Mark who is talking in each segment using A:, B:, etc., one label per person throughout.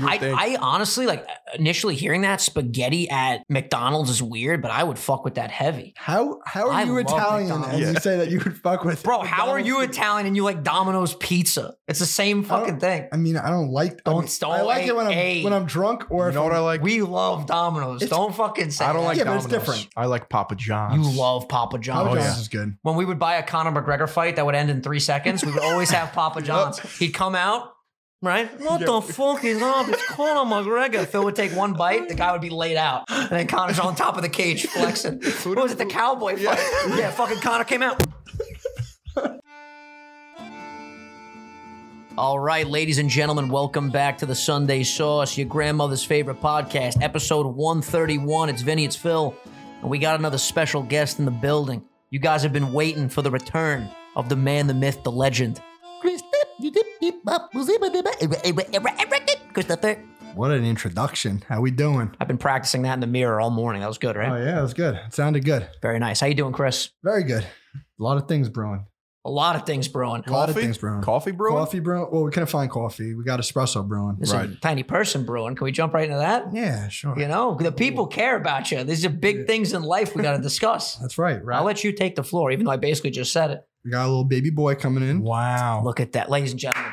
A: I,
B: think?
A: I honestly like initially hearing that spaghetti at McDonald's is weird, but I would fuck with that heavy.
B: How how are
A: I
B: you
A: love
B: Italian and
A: McDonald's.
B: you
C: Yeah.
B: say that you would fuck with
A: Bro, how are you
B: McDonald's?
A: Italian and you like Domino's pizza? It's the same
B: I don't-
A: fucking thing.
B: I mean, I don't like. I,
A: Don't-
B: mean,
A: don't
B: I like it when I'm
A: like-
B: when I'm drunk or
C: You
B: if
C: know what I
B: I'm-
C: like?
A: We love Domino's.
B: It's-
A: Don't fucking say
C: I don't
A: that.
C: like
B: Yeah, but it's
C: Domino's.
B: different.
C: I like Papa John's.
A: You love Papa John's.
B: Papa
C: Oh,
B: John's
C: yeah.
B: is good.
A: When we would buy a Conor McGregor fight that would end in three seconds, we would always have Papa John's. He'd come out, right? What the fuck is up? It's Conor McGregor. Phil would take one bite, the guy would be laid out. And then Conor's on top of the cage flexing. What was it, the cowboy fight? Yeah, fucking Conor came out. All right, ladies and gentlemen, welcome back to the Sunday Sauce, your grandmother's favorite podcast, episode 131. It's Vinny, it's Phil, and we got another special guest in the building. You guys have been waiting for the return of the man, the myth, the legend. Christopher.
B: What an introduction. How we doing?
A: I've been practicing that in the mirror all morning. That was good,
B: Oh
A: right?
B: yeah, that's good. It sounded good.
A: Very nice. How you doing, Chris?
B: Very good. A lot of things brewing.
A: A lot of things brewing.
B: A lot of
C: Coffee?
B: things brewing.
C: coffee brewing.
B: Coffee brewing. Well, we couldn't find coffee. We got espresso brewing.
A: This is a tiny person brewing. Can we jump right into that?
B: Yeah, sure.
A: You know, the people care about you. These are big things in life we got to discuss.
B: That's right. Right.
A: I'll let you take the floor, even though I basically just said it.
B: we got a little baby boy coming in.
C: Wow.
A: Look at that, ladies and gentlemen.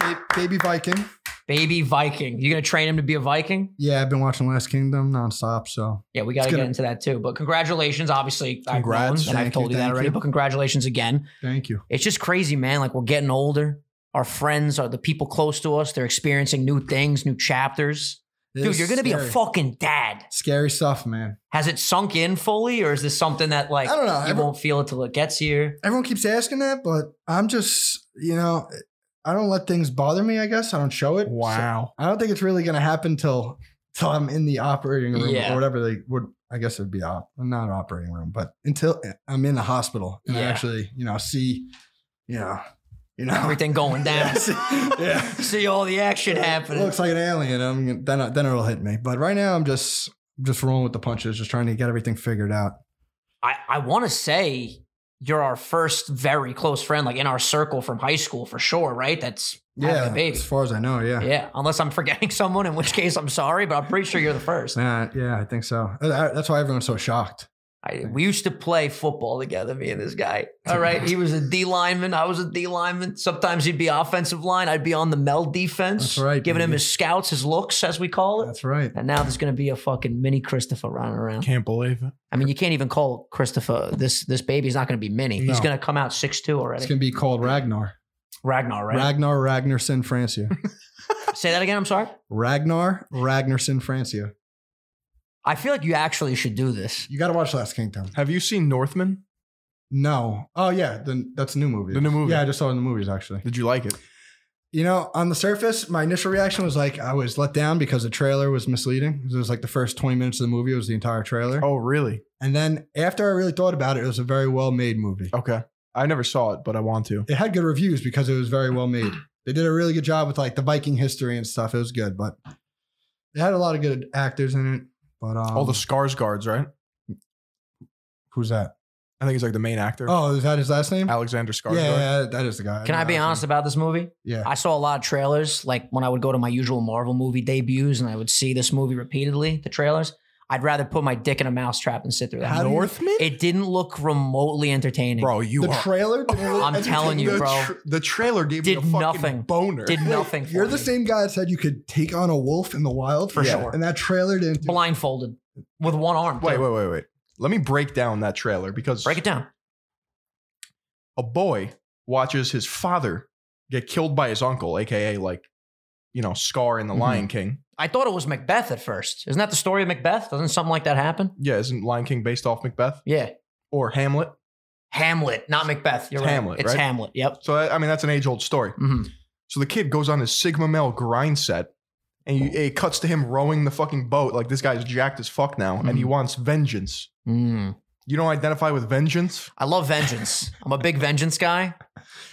B: Ba- baby Viking.
A: Baby Viking. You going to train him to be a Viking?
B: Yeah, I've been watching Last Kingdom nonstop. So
A: Yeah, we got to
B: It's
A: get
B: gonna-
A: into that too. But congratulations, obviously. I've
B: Congrats.
A: known, and I've
B: Thank
A: told you,
B: you,
A: that
B: thank
A: already,
B: you.
A: but congratulations again.
B: thank you.
A: It's just crazy, man. Like, we're getting older. Our friends are the people close to us. They're experiencing new things, new chapters. Dude,
B: This
A: you're going to be a
B: scary.
A: fucking dad.
B: Scary stuff, man.
A: Has it sunk in fully, or is this something that, like,
B: I don't know.
A: you
B: Every-
A: won't feel it till it gets here?
B: Everyone keeps asking that, but I'm just, you know, I don't let things bother me. I guess I don't show it. So
C: Wow.
B: I don't think it's really gonna happen till till I'm in the operating room
A: Yeah.
B: or whatever they would. I guess it'd be op, not an operating room, but until eh, I'm in the hospital and I
A: Yeah.
B: actually, you know, see, you know, you know,
A: Everything going
B: Yeah,
A: down.
B: see, yeah.
A: See all the action happening.
B: Looks like an alien. I'm gonna- then then it'll hit me. But right now I'm just just rolling with the punches, just trying to get everything figured out.
A: I, I want to say you're our first very close friend, like in our circle from high school for sure, right? That's having
B: Yeah,
A: a baby.
B: as far as I know, yeah. yeah.
A: Yeah, unless I'm forgetting someone, in which case I'm sorry, but I'm pretty sure you're the first.
B: Yeah, I think so. Uh, I- That's why everyone's so shocked.
A: I, we used to play football together, me and this guy. All right, he was a D lineman, I was a D lineman. Sometimes he'd be offensive line, I'd be on the Mel defense,
B: That's right,
A: giving him
B: baby.
A: his scouts, his looks, as we call it.
B: That's right.
A: And now there's going to be a fucking mini Christopher running around.
C: Can't believe it.
A: I mean, you can't even call Christopher this. This baby's not going to be mini. He's
B: No.
A: going to come out six two already.
B: It's gonna be called Ragnar.
A: Ragnar, right?
B: Ragnar Ragnarsson Francia.
A: Say that again. I'm sorry.
B: Ragnar Ragnarsson Francia.
A: I feel like you actually should do this.
B: You got to watch Last Kingdom.
C: Have you seen Northman?
B: No. Oh yeah, then that's a new movie.
C: The new movie.
B: Yeah, I just saw it in the movies actually.
C: Did you like it?
B: You know, on the surface, my initial reaction was like I was let down because the trailer was misleading. 'Cause It was like the first 20 minutes of the movie was the entire trailer.
C: Oh, really?
B: And then after I really thought about it, it was a very well made movie.
C: Okay. I never saw it, but I want to.
B: It had good reviews because it was very well made.
C: Hmm.
B: They did a really good job with like the Viking history and stuff. It was good, but it had a lot of good actors in it. But um,
C: All the Scars guards, right?
B: who's that?
C: I think he's like the main actor.
B: Oh, is that his last name?
C: Alexander
B: Yeah,
C: Skarsgård.
B: yeah, that is the guy.
A: Can I be honest about this movie?
B: Yeah.
A: I saw a lot of trailers. Like when I would go to my usual Marvel movie debuts, and I would see this movie repeatedly, the trailers. I'd rather put my dick in a mousetrap than sit through that.
B: How do you-
C: Northman?
A: it didn't look remotely entertaining.
C: bro, you
B: the
C: are.
B: trailer. didn't look
A: I'm
B: entertaining.
A: telling you,
C: the
A: bro.
C: the trailer gave
A: Did
C: me a fucking
A: nothing.
C: boner.
A: Did nothing. For
B: You're the
A: me.
B: same guy that said you could take on a wolf in the wild
A: For sure.
B: and that trailer didn't. do-
A: blindfolded with one arm.
C: Wait,
A: too.
C: wait, wait, wait. Let me break down that trailer because
A: Break it down.
C: a boy watches his father get killed by his uncle, aka like, you know, Scar in the
B: Mhm.
C: Lion
A: Mm-hmm.
C: King.
A: I thought it was Macbeth at first. Isn't that the story of Macbeth? Doesn't something like that happen?
C: Yeah, isn't Lion King based off Macbeth
A: Yeah.
C: or Hamlet?
A: Hamlet, not Macbeth. You're
C: It's
A: right.
C: Hamlet,
A: It's
C: right?
A: Hamlet. Yep.
C: So I I mean, that's an age-old story.
A: hmm
C: So the kid goes on his Sigma male grind set, and you, it cuts to him rowing the fucking boat. Like this guy's jacked as fuck now, and he wants vengeance.
A: Mm.
C: You don't identify with vengeance.
A: I love vengeance. I'm a big vengeance guy,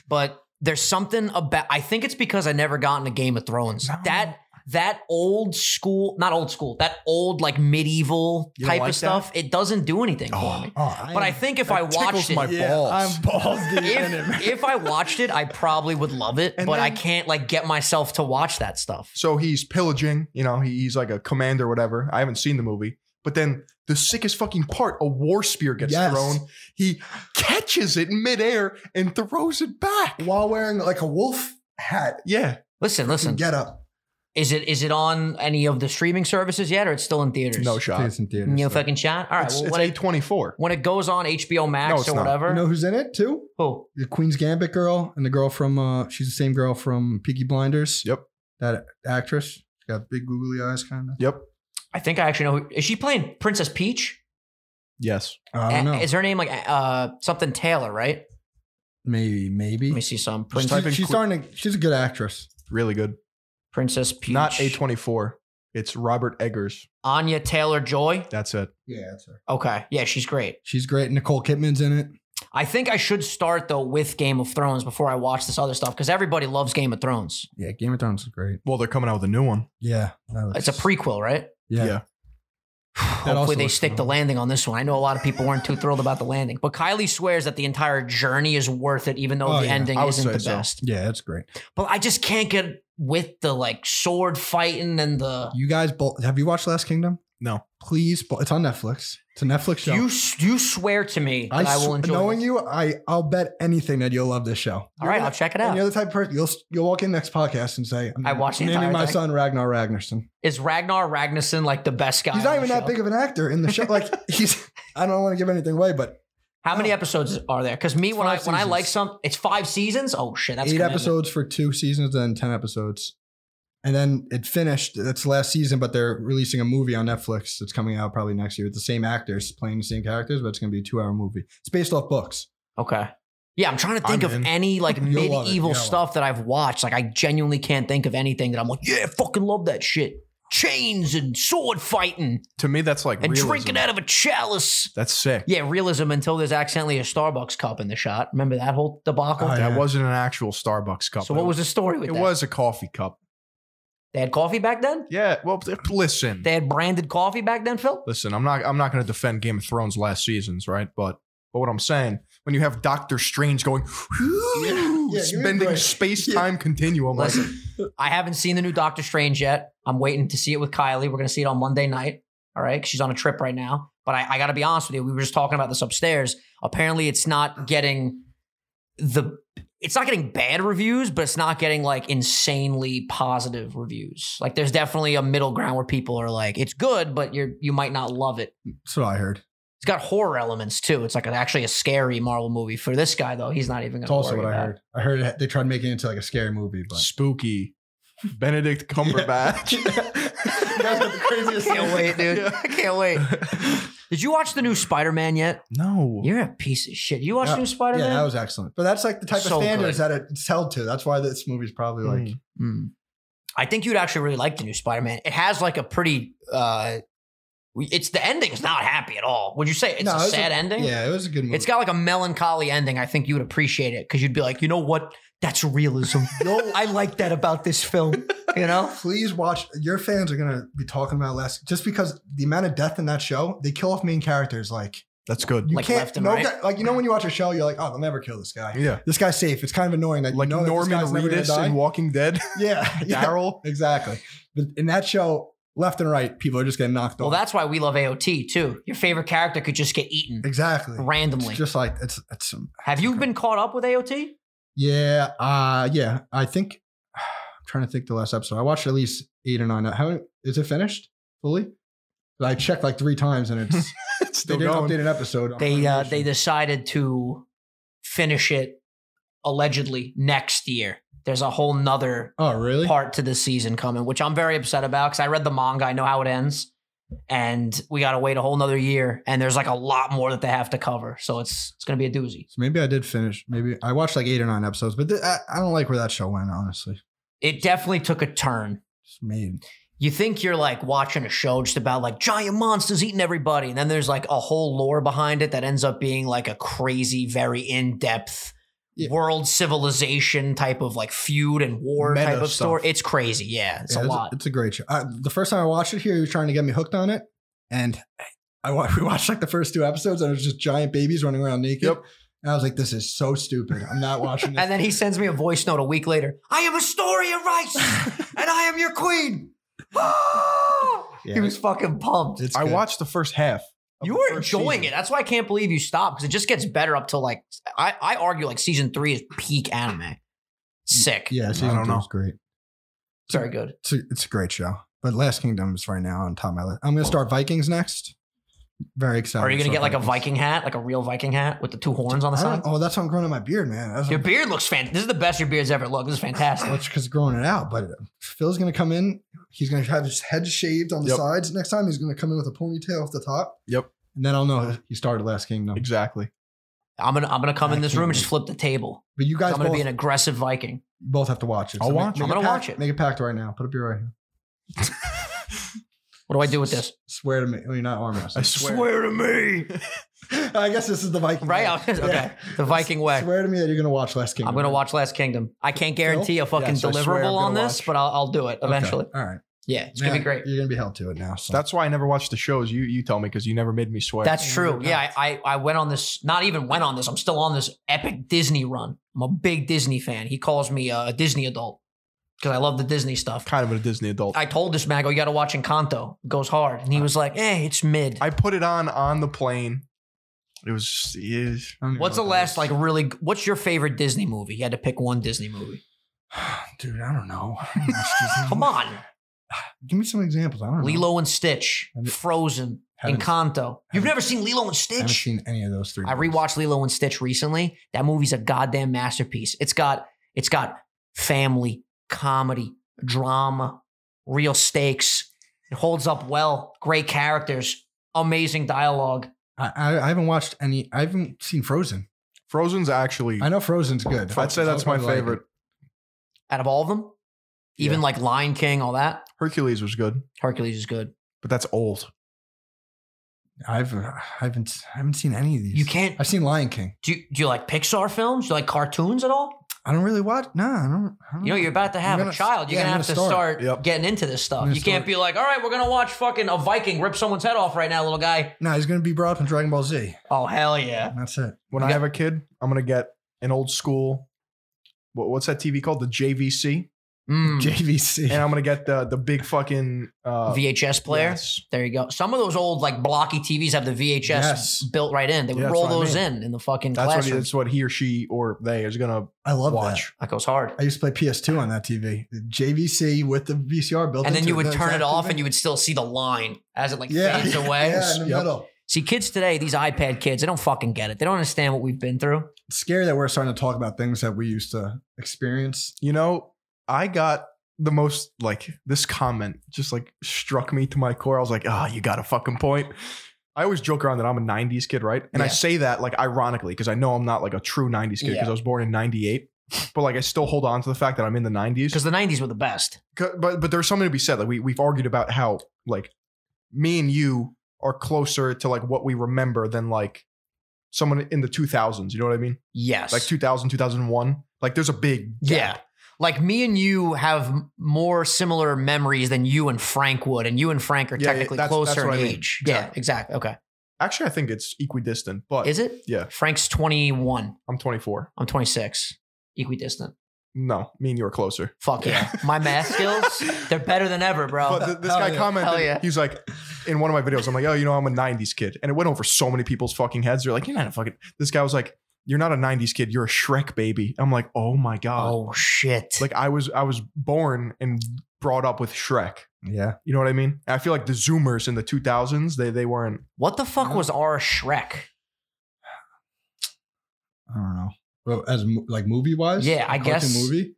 A: but there's something about. I think it's because I never got into Game of Thrones.
C: No.
A: That that old school, not old school, that old like medieval
C: You don't
A: type
C: like
A: of
C: that?
A: stuff, it doesn't do anything for me.
B: Oh, I,
A: But I think if I watched
C: Tickles
A: it,
C: my balls.
B: I'm balls deep in it. man.
A: if, if I watched it, I probably would love it,
C: And
A: but I
C: then-
A: can't like get myself to watch that stuff.
C: So he's pillaging, you know, he, he's like a commander or whatever. I haven't seen the movie. But then the sickest fucking part, a war spear gets
B: Yes.
C: thrown. He catches it in midair and throws it back.
B: While wearing like a wolf hat,
C: Yeah.
A: Listen,
B: and
A: listen.
B: get up.
A: Is it is it on any of the streaming services yet, or it's still in theaters?
C: No shot.
B: It's in theaters,
A: no
B: so-
A: fucking shot. All right,
C: It's,
A: well,
C: it's
A: when, it,
C: 824.
A: when it goes on HBO
C: No,
A: Max
C: it's
A: or
C: not.
A: whatever,
B: You know who's in it too?
A: who?
B: The Queen's Gambit girl and the girl from uh, she's the same girl from Peaky Blinders.
C: Yep.
B: That actress. She's got big googly eyes, kind of.
C: Yep.
A: I think I actually know. Who, is she playing Princess Peach?
C: Yes.
B: I don't
A: A-
B: know.
A: Is her name like uh something Taylor? Right?
B: maybe, maybe.
A: Let me see some
B: She's,
A: Prin-
C: type in
B: she's
C: que-
B: starting to, she's a good actress.
C: Really good.
A: Princess Peach.
C: Not A24. It's Robert Eggers.
A: Anya Taylor Joy.
C: That's it.
B: Yeah, that's her.
A: Okay, yeah, she's great.
B: She's great. Nicole Kidman's in it.
A: I think I should start though with Game of Thrones before I watch this other stuff because everybody loves Game of Thrones.
B: Yeah, Game of Thrones is great.
C: Well, they're coming out with a new one.
B: Yeah. that
A: It's
B: looks-
A: a prequel, right?
B: Yeah.
C: Yeah.
B: also
A: Hopefully they
B: looks
A: stick the
B: phenomenal.
A: landing on this one. I know a lot of people weren't too thrilled about the landing, but Kylie swears that the entire journey is worth it, even though
B: Oh,
A: the
B: yeah.
A: ending
C: I would
A: isn't
C: say
A: the
C: so.
A: best.
B: Yeah, that's great.
A: But I just can't get with the like sword fighting and the
B: You guys both have you watched Last Kingdom?
C: No.
B: Please, bo- it's on Netflix. It's a Netflix show.
A: you. s- You swear to me that I,
B: sw-
A: will enjoy.
B: knowing
A: this.
B: you. I I'll bet anything that you'll love this show.
A: All right, I'll check it
B: And you're
A: out.
B: the type of person you'll you'll walk in next podcast and say,
A: I watched the
B: naming
A: entire
B: my
A: thing.
B: son Ragnar Ragnarsson.
A: Is Ragnar Ragnarsson like the best guy?
B: He's not
A: on
B: even
A: the
B: that
A: show?
B: big of an actor in the show. Like he's I don't want to give anything away, but
A: How many episodes are there? Because me,
B: It's
A: when I
B: five
A: when I
B: seasons.
A: like some, it's five seasons. Oh shit, that's
B: eight
A: commitment.
B: episodes for two seasons, then ten episodes. And then it finished. That's the last season, but they're releasing a movie on Netflix that's coming out probably next year. It's the same actors playing the same characters, but it's going to be a two-hour movie. It's based off books.
A: Okay. Yeah, I'm trying to think
C: I'm
A: of
C: in.
A: any like
B: You'll love it.
A: medieval
B: You'll love
A: stuff that I've watched. Like I genuinely can't think of anything that I'm like, yeah, I fucking love that shit. Chains and sword fighting
C: To me, that's like
A: and
C: realism.
A: drinking out of a chalice.
C: That's sick.
A: Yeah, realism until there's accidentally a Starbucks cup in the shot. Remember that whole debacle?
B: Oh,
C: That
B: yeah.
C: wasn't an actual Starbucks cup.
A: so what was the story with
C: It
A: that?
C: was a coffee cup.
A: they had coffee back then?
C: Yeah. Well, th- listen.
A: They had branded coffee back then, Phil?
C: Listen, I'm not I'm not going to defend Game of Thrones last seasons, right? But but what I'm saying, when you have Doctor Strange going,
B: Yeah, yeah, give me a
C: spending
B: break.
C: space time continuum, like,
A: Listen, I haven't seen the new Doctor Strange yet. I'm waiting to see it with Kylie. We're going to see it on Monday night. All right. 'cause She's on a trip right now. But I, I got to be honest with you. We were just talking about this upstairs. Apparently, it's not getting the. It's not getting bad reviews, but it's not getting like insanely positive reviews. Like there's definitely a middle ground where people are like, it's good, but you're you might not love it.
B: That's what I heard.
A: It's got horror elements too. It's like an, actually a scary Marvel movie. For this guy though, he's not even going
B: That's
A: to.
B: also what
A: about.
B: I
A: it.
B: heard. I heard it, they tried making it into like a scary movie, but
C: spooky. Benedict Cumberbatch.
B: That's what the craziest
A: I can't wait, dude.
C: Yeah.
A: I can't wait. Did you watch the new Spider Man yet?
C: No.
A: You're a piece of shit. You watched
B: Yeah.
A: the new Spider Man?
B: yeah, that was excellent. But that's like the type
A: So
B: of standards that it's held to. That's why this movie's probably like
C: Mm.
A: Hmm. I think you'd actually really like the new Spider Man. It has like a pretty. uh we- It's the ending's not happy at all. Would you say it's
B: No,
A: a
B: it was
A: sad ending?
B: yeah, it was a good movie.
A: It's got like a melancholy ending. I think you would appreciate it because you'd be like, you know what? That's realism. I like that about this film. You know?
B: Please watch. Your fans are gonna be talking about less just because the amount of death in that show. They kill off main characters like
C: That's good.
B: you
A: Like
B: can't.
A: left and
B: no
A: right?
B: guy- like you know when you watch a show, you're like, oh, they'll never kill this guy.
C: Yeah.
B: This guy's safe. It's kind of annoying that
C: Like
B: you know
C: Norman
B: that this guy's never gonna
C: Reedus
B: die.
C: in Walking Dead.
B: yeah, yeah,
C: Daryl.
B: exactly. But in that show, left and right, people are just getting knocked
A: Well,
B: off.
A: that's why we love AOT too. Your favorite character could just get eaten
B: exactly.
A: randomly.
B: It's just like it's it's some
A: Have you been caught up with AOT?
B: Yeah, uh yeah. I think I'm trying to think the last episode. I watched at least eight or nine. How is it finished fully? I checked like three times and it's
C: It's
B: they
C: still
B: didn't
C: going.
B: update an episode. on
A: they uh,
B: Funimation.
A: they decided to finish it allegedly next year. There's a whole nother
B: oh really?
A: part to this season coming, which I'm very upset about because I read the manga. I know how it ends, and we got to wait a whole nother year. And there's like a lot more that they have to cover, so it's it's gonna be a doozy.
B: So maybe I did finish. Maybe I watched like eight or nine episodes, but th- I, I don't like where that show went. Honestly,
A: It definitely took a turn.
B: just made
A: You think you're like watching a show just about like giant monsters eating everybody, and then there's like a whole lore behind it that ends up being like a crazy, very in depth
B: Yeah.
A: world civilization type of like feud and war
C: Meta
A: type of
C: stuff.
A: story. It's crazy. Yeah, it's
B: Yeah,
A: a lot.
B: It's a great show. Uh, the first time I watched it here, he was trying to get me hooked on it, and I wa- we watched like the first two episodes, and it was just giant babies running around naked.
C: Yep.
B: And I was like, "This is so stupid. I'm not watching this."
A: and then he sends me a voice note a week later. I am Astoria Rice, and I am your queen.
B: Yeah,
A: He was fucking pumped.
B: it's
C: I
B: good.
C: watched the first half. of
A: You
C: the
A: were
C: first
A: enjoying
C: season.
A: it. That's why I can't believe you stopped because it just gets better up to like I, I argue like season three is peak anime. Sick.
B: Yeah, season
C: don't
B: two
C: know.
B: was great.
A: It's very good.
B: It's a, it's a great show. But Last Kingdom is right now on top of my list. I'm going to start Vikings next. Very excited.
A: Oh. Are you gonna
B: start
A: get like a
B: Vikings.
A: Viking hat, like a real Viking hat with the two horns on the
B: I
A: side?
B: don't- Oh, that's how I'm growing out my beard, man. That's
A: Your beard looks fantastic. This is the best your beard's ever looked. This is fantastic.
B: because growing it out. But Phil's going to come in. He's going to have his head shaved on the
C: Yep.
B: sides. Next time, he's going to come in with a ponytail off the top.
C: Yep.
B: And then I'll know he started Last Kingdom.
C: Exactly.
A: I'm gonna I'm gonna come
B: I
A: in this
B: can't
A: room and just
B: wait.
A: flip the table.
B: But you
A: 'Cause
B: guys
A: I'm gonna
B: both,
A: be an aggressive Viking.
B: both have to watch it.
C: I'll
B: make-
C: watch it.
B: make
A: I'm
B: a
A: gonna
B: pact-
A: watch it.
B: Make a pact right now. Put up your right hand.
A: What do I do with this?
B: Swear to me. Oh, you're not arm
C: I
B: wrestling.
C: swear.
A: to me.
B: I guess this is the Viking.
A: Right?
B: way.
A: I'll- okay. The Viking way.
B: Swear to me that you're going to watch Last Kingdom.
A: I'm gonna watch Last Kingdom. I can't guarantee a fucking
C: Yes, I swear I'm
A: deliverable on
C: gonna
A: this,
C: watch.
A: but I'll, I'll do it
B: Okay.
A: eventually.
B: All right.
A: Yeah, it's
B: Man,
A: gonna be great.
B: You're gonna be held to it now. So
C: That's why I never watched the shows. You you tell me because you never made me swear.
A: That's
B: Yeah,
A: true.
B: you're
A: Yeah, I, I I went on this. Not even went on this. I'm still on this epic Disney run. I'm a big Disney fan. He calls me uh, a Disney adult because I love the Disney stuff.
C: kind of a Disney adult. I,
A: I told this man, I go, you got to watch Encanto. It goes hard, and he was like, "Hey, it's mid."
C: put it on on the plane. It was just, yeah.
B: I don't even
A: What's
B: know
A: the
B: what that
A: last
B: is.
A: like really? What's your favorite Disney movie? You had to pick one Disney movie.
B: dude? I don't know. I don't watch Disney.
A: Come on,
B: give me some examples. I don't know.
A: Lilo and Stitch,
B: Hmm. Haven't-
A: Frozen,
B: haven't-
A: Encanto. You've
B: haven't-
A: never seen Lilo and
B: I haven't
A: Stitch?
B: seen any of those three.
A: I rewatched Lilo and Stitch recently. That movie's a goddamn masterpiece. It's got it's got family, comedy, drama, real stakes. It holds up well. Great characters, amazing dialogue.
B: I, I, I haven't watched any. I haven't seen Frozen.
C: Frozen's actually.
B: I know Frozen's good.
C: I'd say that's my favorite.
A: Out of all of them, even like Lion King, all that
C: Hercules was good,
A: Hercules is good.
C: but that's old.
B: I've uh, I haven't I haven't seen any of these.
A: You can't.
B: I've seen Lion King.
A: Do you, do you like Pixar films? Do you like cartoons at all?
B: I don't really watch. Nah, I don't. I don't
A: You know, you're about to have
B: I'm
A: a
B: gonna-
A: child. You're
B: yeah,
A: gonna
B: I'm
A: have
B: gonna
A: to
B: start.
A: start
C: Yep.
A: getting into this
B: I'm
A: stuff.
B: gonna
A: You can't
B: start.
A: be like, all right, we're gonna watch fucking a Viking rip someone's head off right now, little guy.
B: Nah, he's gonna be brought up in Dragon Ball Z.
A: Oh hell yeah!
B: That's it.
C: When
A: You
C: I
A: got-
C: have a kid, I'm gonna get an old school. What, what's that TV called? The JVC,
A: Mm.
B: JVC.
C: and I'm gonna get the the big fucking uh,
A: VHS player.
C: yes.
A: There you go. Some of those old like blocky TVs have the VHS
B: Yes.
A: built right in. They would
C: Yeah, that's
A: roll
C: what I
A: those
C: mean.
A: in in the fucking
C: That's what, he,
A: classroom.
C: that's what he or she or they is gonna
B: I love
C: watch.
B: that.
A: that goes hard.
B: I used to play PS2 on that TV. The JVC with the VCR built.
A: And then
B: into
A: you would
B: That's
A: turn it
B: exactly
A: off,
B: it.
A: and you would still see the line as it like
B: yeah,
A: fades
B: yeah,
A: away.
B: Yeah, in the
C: Yep.
B: middle.
A: See, kids today, these iPad kids, they don't fucking get it. They don't understand what we've been through.
B: It's scary that we're starting to talk about things that we used to experience.
C: You know, I got the most like this comment just like struck me to my core. I was like, ah, you got a fucking point. I always joke around that I'm a 90s kid, right? And I
A: Yeah.
C: say that like ironically because I know I'm not like a true 90s kid because
A: Yeah.
C: I was born in 98. But like I still hold on to the fact that I'm in the 90s.
A: Because the '90s were the best.
C: C- But but there's something to be said. Like we we've argued about how like me and you are closer to like what we remember than like someone in the 2000s. You know what I mean?
A: Yes.
C: Like 2000, 2001. Like there's a big
A: yeah.
C: gap.
A: Like me and you have m- more similar memories than you and Frank would, and you and Frank are
C: Yeah, yeah,
A: technically
C: that's-
A: closer
C: that's what
A: in
C: I mean.
A: age. Yeah,
C: Exactly.
A: exactly. Okay.
C: Actually, I think it's equidistant, but
A: Is it?
C: Yeah.
A: Frank's 21.
C: I'm 24.
A: I'm 26. Equidistant.
C: No, me and you are closer.
A: Fuck yeah. My math skills, they're better than ever, bro.
C: But th- this
B: hell
C: guy
B: yeah.
C: commented,
A: Oh, Hell yeah.
C: he's like, in one of my videos, I'm like, oh, you know, I'm a 90s kid. And it went over so many people's fucking heads. They're like, you're not a fucking. This guy was like, you're not a 90s kid. You're a Shrek baby. I'm like, oh my God.
A: oh shit.
C: Like, I was, I was born and brought up with Shrek.
B: Yeah.
C: You know what I mean? And I feel like the Zoomers in the 2000s, they, they weren't.
A: what the fuck was our Shrek?
B: I don't know. Well, as mo- like movie wise,
A: Yeah, I guess-
B: movie.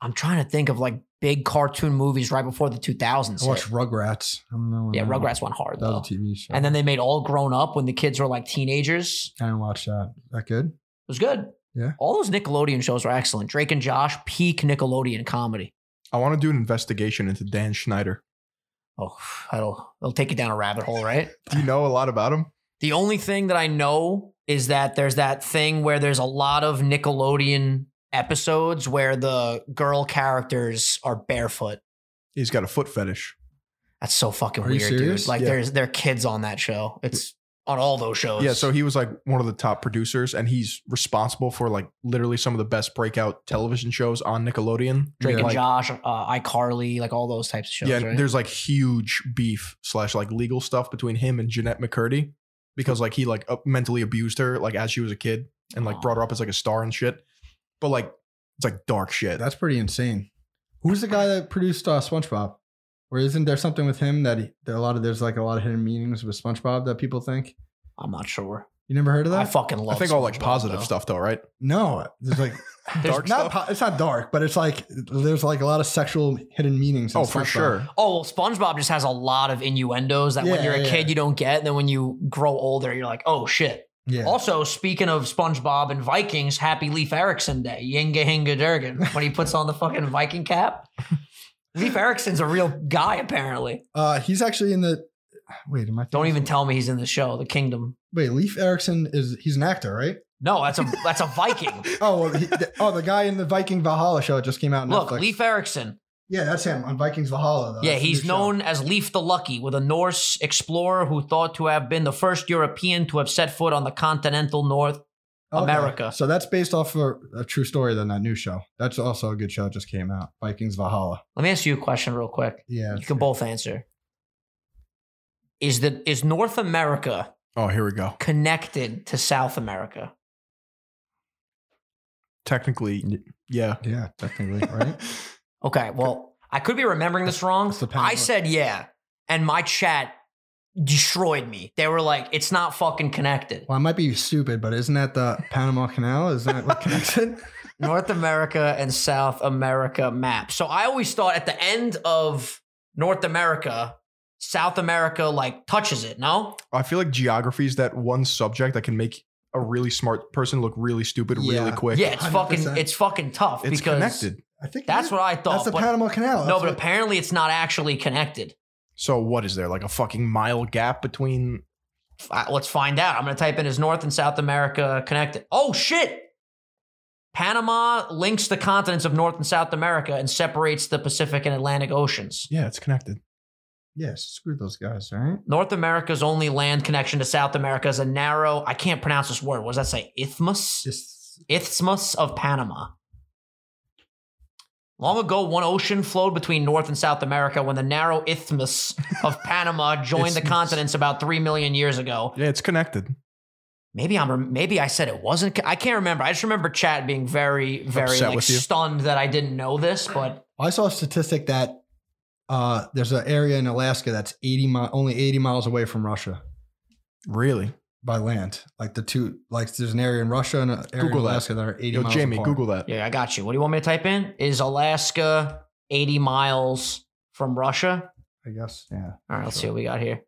A: I'm trying to think of like big cartoon movies right before the 2000s.
B: I
A: hit.
B: watched Rugrats. I don't know.
A: yeah,
B: I don't know.
A: Rugrats went hard
B: That
A: though.
B: was a TV show.
A: And then they made All Grown Up when the kids were like teenagers.
B: I didn't watch that. Is that good?
A: It was good.
B: Yeah.
A: All those Nickelodeon shows were excellent. Drake and Josh, peak Nickelodeon comedy.
C: I want to do an investigation into Dan Schneider.
A: Oh, that'll, that'll take you down a rabbit hole, right?
C: Do you know a lot about him?
A: The only thing that I know is that there's that thing where there's a lot of Nickelodeon episodes where the girl characters are barefoot.
C: He's got a foot fetish.
A: That's so fucking
B: Are you
A: weird, dude.
B: serious?
A: Like
C: Yeah.
A: there's there are kids on that show. It's on all those shows.
C: Yeah, so he was like one of the top producers, and he's responsible for like literally some of the best breakout television shows on Nickelodeon.
A: Drake and
C: like,
A: Josh, uh, iCarly, like all those types of shows.
C: yeah,
A: right?
C: there's like huge beef slash like legal stuff between him and Jeanette McCurdy because like he like up- mentally abused her like as she was a kid and like
A: Aw.
C: brought her up as like a star and shit. But like it's like dark shit.
B: That's pretty insane. Who's the guy that produced uh, SpongeBob? Or isn't there something with him that, he, that a lot of there's like a lot of hidden meanings with SpongeBob that people think?
A: I'm not sure.
B: You never heard of
A: I
B: that?
A: fucking
C: I
A: love.
C: think all like
A: SpongeBob,
C: positive
A: though.
C: stuff though, right?
B: no, there's like
C: dark
B: not
C: stuff.
B: po- it's not dark, but it's like there's like a lot of sexual hidden meanings. in
C: Oh, for
B: SpongeBob.
C: sure.
A: Oh, well, SpongeBob just has a lot of innuendos that when
B: Yeah,
A: you're a
B: yeah.
A: kid you don't get, and then when you grow older you're like, oh shit.
B: Yeah.
A: Also, speaking of SpongeBob and Vikings, Happy Leif Erikson Day, Yinga Hinga Durgan, when he puts on the fucking Viking cap. Leif Erikson's a real guy, apparently.
B: Uh, he's actually in the. Wait, am I?
A: Don't even tell me he's in the show, The Kingdom.
B: Wait, Leif Erikson is he's an actor, right?
A: No, that's a that's a Viking.
B: Oh, well, he, the, oh, the guy in the Viking Valhalla show that just came out. On
A: Look,
B: Netflix.
A: Leif Erikson.
B: Yeah, that's him on Vikings Valhalla. Though.
A: Yeah,
B: That's a
A: he's
B: new show.
A: known as Leif the Lucky, with a Norse explorer who thought to have been the first European to have set foot on the continental North.
B: Okay.
A: America.
B: So that's based off of a true story. Then that new show. That's also a good show. that Just came out. Vikings Valhalla.
A: Let me ask you a question real quick.
B: Yeah.
A: You can both answer. Is the is North America
C: Oh, here we go.
A: connected to South America?
C: Technically, yeah.
B: Yeah, technically, right?
A: Okay, well, I could be remembering this wrong.
B: It's the pound
A: I
B: note.
A: said yeah, and my chat destroyed me. They were like, "It's not fucking connected."
B: well, I might be stupid, but isn't that the Panama Canal? Is that what connects it?
A: North America and South America map. So I always thought at the end of North America, South America like touches it. No,
C: I feel like geography is that one subject that can make a really smart person look really stupid really
B: Yeah.
C: quick.
A: yeah, it's fucking
B: 100%.
A: it's fucking tough
C: it's
A: because
C: connected.
B: I think
A: that's what I thought.
B: That's the
A: but-
B: Panama Canal.
A: no,
B: That's
A: but
B: what-
A: apparently it's not actually connected.
C: So what is there like a fucking mile gap between?
A: F- uh, Let's find out. I'm going to type in is North and South America connected? Oh shit! Panama links the continents of North and South America and separates the Pacific and Atlantic oceans.
C: Yeah, it's connected.
B: yes, screw those guys, all right?
A: North America's only land connection to South America is a narrow, I can't pronounce this word. What does that say? Isthmus?
B: Just
A: Isthmus of Panama. Long ago, one ocean flowed between North and South America when the narrow isthmus of Panama joined the
C: Isthmus.
A: continents about 3 million years ago.
C: Yeah, it's connected.
A: Maybe I'm maybe I said it wasn't I can't remember. I just remember chat being very very
C: Upset
A: like
C: with you.
A: stunned that I didn't know this, but
B: I saw a statistic that uh, there's an area in Alaska that's 80 mi- only 80 miles away from Russia
C: Really?
B: by land. Like the two, like there's an area in Russia and an area
C: Google
B: in
C: that.
B: Alaska that, are 80
C: Yo,
B: miles
C: Jamie,
B: apart.
C: Google that.
A: yeah, I got you. What do you want me to type in? Is Alaska 80 miles from Russia?
B: I guess. Yeah.
A: All right, let's see what we got here.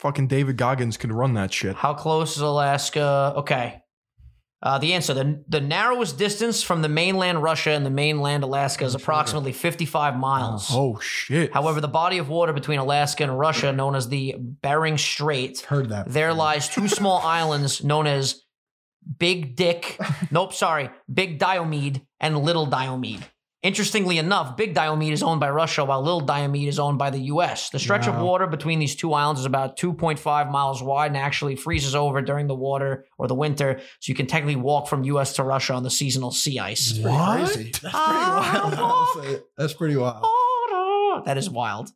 C: Fucking David Goggins can run that shit.
A: How close is Alaska? Okay. Uh, the answer the, the narrowest distance from the mainland Russia and the mainland Alaska is approximately 55 miles.
C: Oh shit.
A: However, the body of water between Alaska and Russia, known as the Bering Strait,
B: Heard that.
A: there lies two small islands known as Big Dick, nope, sorry, Big Diomede and Little Diomede. Interestingly enough, Big Diomede is owned by Russia while Little Diomede is owned by the US. The stretch of
B: Wow.
A: water between these two islands is about 2.5 miles wide and actually freezes over during the water or the winter, so you can technically walk from US to Russia on the seasonal sea ice.
B: That's pretty
C: What?
B: crazy. That's pretty
A: Ah,
B: wild.
A: fuck.
B: honestly. That's pretty wild.
A: That is wild.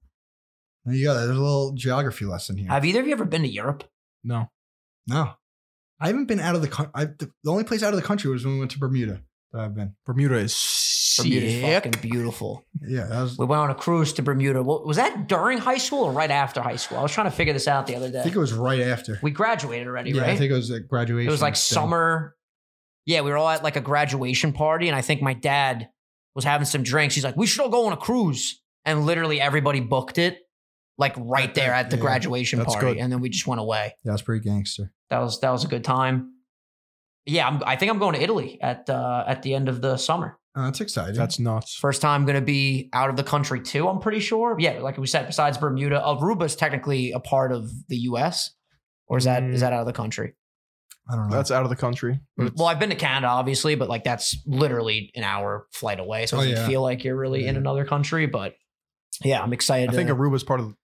B: Yeah, there's a little geography lesson here.
A: Have either of you ever been to Europe?
C: no.
B: no, I haven't been out of the country. The the only place out of the country was when we went to Bermuda that I've been.
C: Bermuda is sick.
A: Bermuda's fucking beautiful.
B: Yeah, that was,
A: We went on a cruise to Bermuda. Wa- Was that during high school or right after high school? I was trying to figure this out the other
B: I
A: day.
B: think it was right after.
A: We graduated already,
B: yeah,
A: right?
B: I think it was at graduation.
A: it was like
B: thing.
A: summer. Yeah, we were all at like a graduation party, and I think my dad was having some drinks. He's like, "We should all go on a cruise," and literally everybody booked it, like right there at the
B: Yeah,
A: graduation
C: that's
A: party,
C: good.
A: and then we just went away.
B: Yeah, it's pretty gangster.
A: That was that was a good time. Yeah, I'm, I think I'm going to Italy at uh, at the end of the summer.
B: Oh, that's exciting.
C: That's nuts.
A: First time going to be out of the country too, I'm pretty sure. Yeah, like we said, besides Uh, Bermuda, Aruba's technically a part of the US. Or is that is
C: Mm.
A: that out of the country?
B: I don't know.
C: That's out of the country. But it's-
A: Well, I've been to Canada, obviously, but like that's literally an hour flight away. So it
B: Oh,
A: doesn't
B: yeah.
A: feel like you're really in
B: Yeah.
A: another country. But yeah, I'm excited.
C: Mm-hmm. I
A: to-
C: think Aruba's part of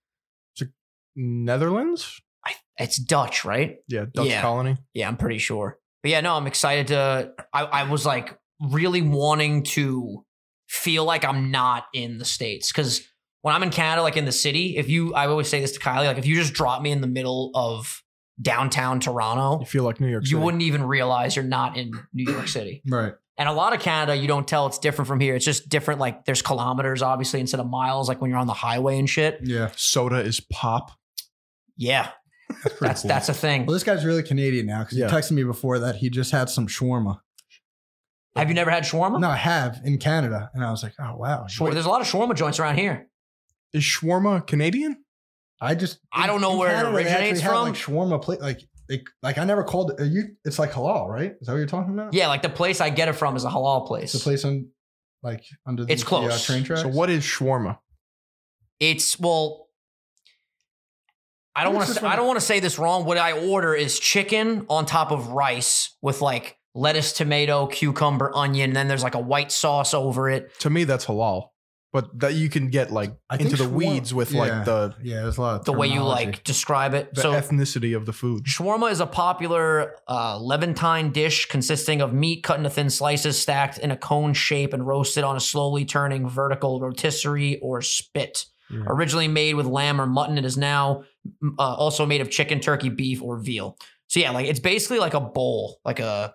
C: the Netherlands.
A: I- it's Dutch, right?
C: Yeah, Dutch
A: Yeah.
C: colony.
A: Yeah, I'm pretty sure. But yeah, no, I'm excited to. I, I was like really wanting to feel like I'm not in the States because when I'm in Canada, like in the city, if you, I always say this to Kylie, like if you just drop me in the middle of downtown Toronto,
C: You feel like New York.
A: you
C: City.
A: wouldn't even realize you're not in New York City.
B: right.
A: And a lot of Canada, you don't tell it's different from here. It's just different. Like there's kilometers, obviously, instead of miles, like when you're on the highway and shit.
B: Yeah.
C: Soda is pop.
A: Yeah,
B: That's,
A: that's that's a thing.
B: Well, this guy's really Canadian now because
C: Yeah.
B: he texted me before that he just had some shawarma.
A: Have you never had shawarma?
B: No, I have in Canada, and I was like, oh wow.
A: Shawar- there's a lot of shawarma joints around here.
C: Is shawarma Canadian?
B: I just
A: I don't know
B: in
A: where it
B: they actually
A: originates
B: have,
A: from.
B: Like shawarma plate, like they, like I never called it. Are you, it's like halal, right? Is that what you're talking about?
A: Yeah, like the place I get it from is a halal place.
B: It's a place on like under the,
A: It's close.
B: the, uh, train tracks.
C: So what is shawarma?
A: It's well, I don't
B: It's
A: want
B: just
A: to.
B: like-
A: I don't want to say this wrong. What I order is chicken on top of rice with like lettuce, tomato, cucumber, onion. And then there's like a white sauce over it.
C: To me, that's halal. But that you can get like
B: I think
C: into the
B: shawarma-
C: weeds with
B: Yeah.
C: like the,
B: Yeah, there's a lot. Of
A: The way you
B: terminology.
A: like describe it.
C: the
A: so
C: ethnicity of the food.
A: Shawarma is a popular uh, Levantine dish consisting of meat cut into thin slices, stacked in a cone shape, and roasted on a slowly turning vertical rotisserie or spit.
B: Mm.
C: Yeah.
A: Originally made with lamb or mutton, it is now mm, uh, also made of chicken, turkey, beef, or veal. So yeah, like it's basically like a bowl, like a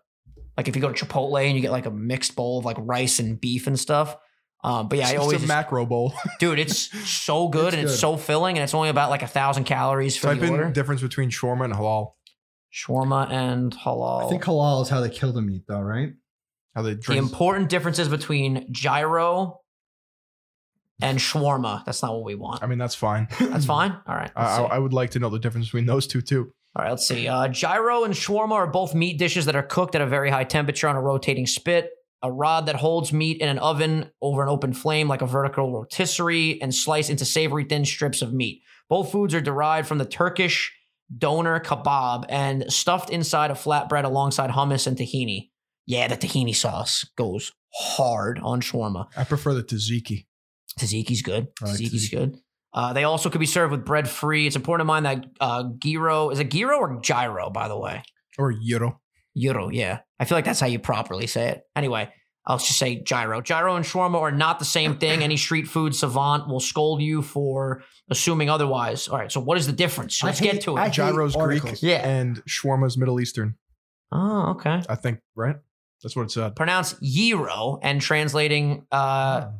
A: like if you go to Chipotle and you get like a mixed bowl of like rice and beef and stuff. Um, but yeah, I
C: it's
A: always
C: a
A: just-
C: macro bowl.
A: dude, it's so good
B: It's
A: and it's
B: good.
A: so filling, and it's only about like a thousand calories for
C: Type
A: the
C: in
A: order.
C: difference between shawarma and halal.
A: Shawarma and halal.
B: I think halal is how they kill the meat, though, right?
C: How they
A: the
C: drink.
A: important differences between gyro and shawarma. That's not what we want.
C: I mean, that's fine.
A: That's fine. All right.
C: I,
A: let's
C: I
A: see.
C: I would like to know the difference between those two too.
A: All right, let's see. Uh, gyro and shawarma are both meat dishes that are cooked at a very high temperature on a rotating spit, a rod that holds meat in an oven over an open flame like a vertical rotisserie, and sliced into savory thin strips of meat. Both foods are derived from the Turkish doner kebab and stuffed inside a flatbread alongside hummus and tahini. Yeah, the tahini sauce goes hard on shawarma.
C: I prefer the tzatziki.
A: Tzatziki's good.
B: I like
A: Tzatziki's good. Uh, they also could be served with bread free. It's important to mind that uh, gyro is it gyro or gyro, by the way.
C: or gyro.
A: Gyro, yeah. I feel like that's how you properly say it. Anyway, I'll just say gyro. Gyro and shawarma are not the same thing. Any street food savant will scold you for assuming otherwise. All right, so what is the difference?
B: I
A: Let's
B: hate-
A: get to it.
B: I- hate
C: Gyro's Greek
B: articles.
A: Yeah.
C: and shawarma's Middle Eastern.
A: oh, okay.
C: I think, right? That's what it said.
A: Pronounce gyro and translating uh,
B: Hmm.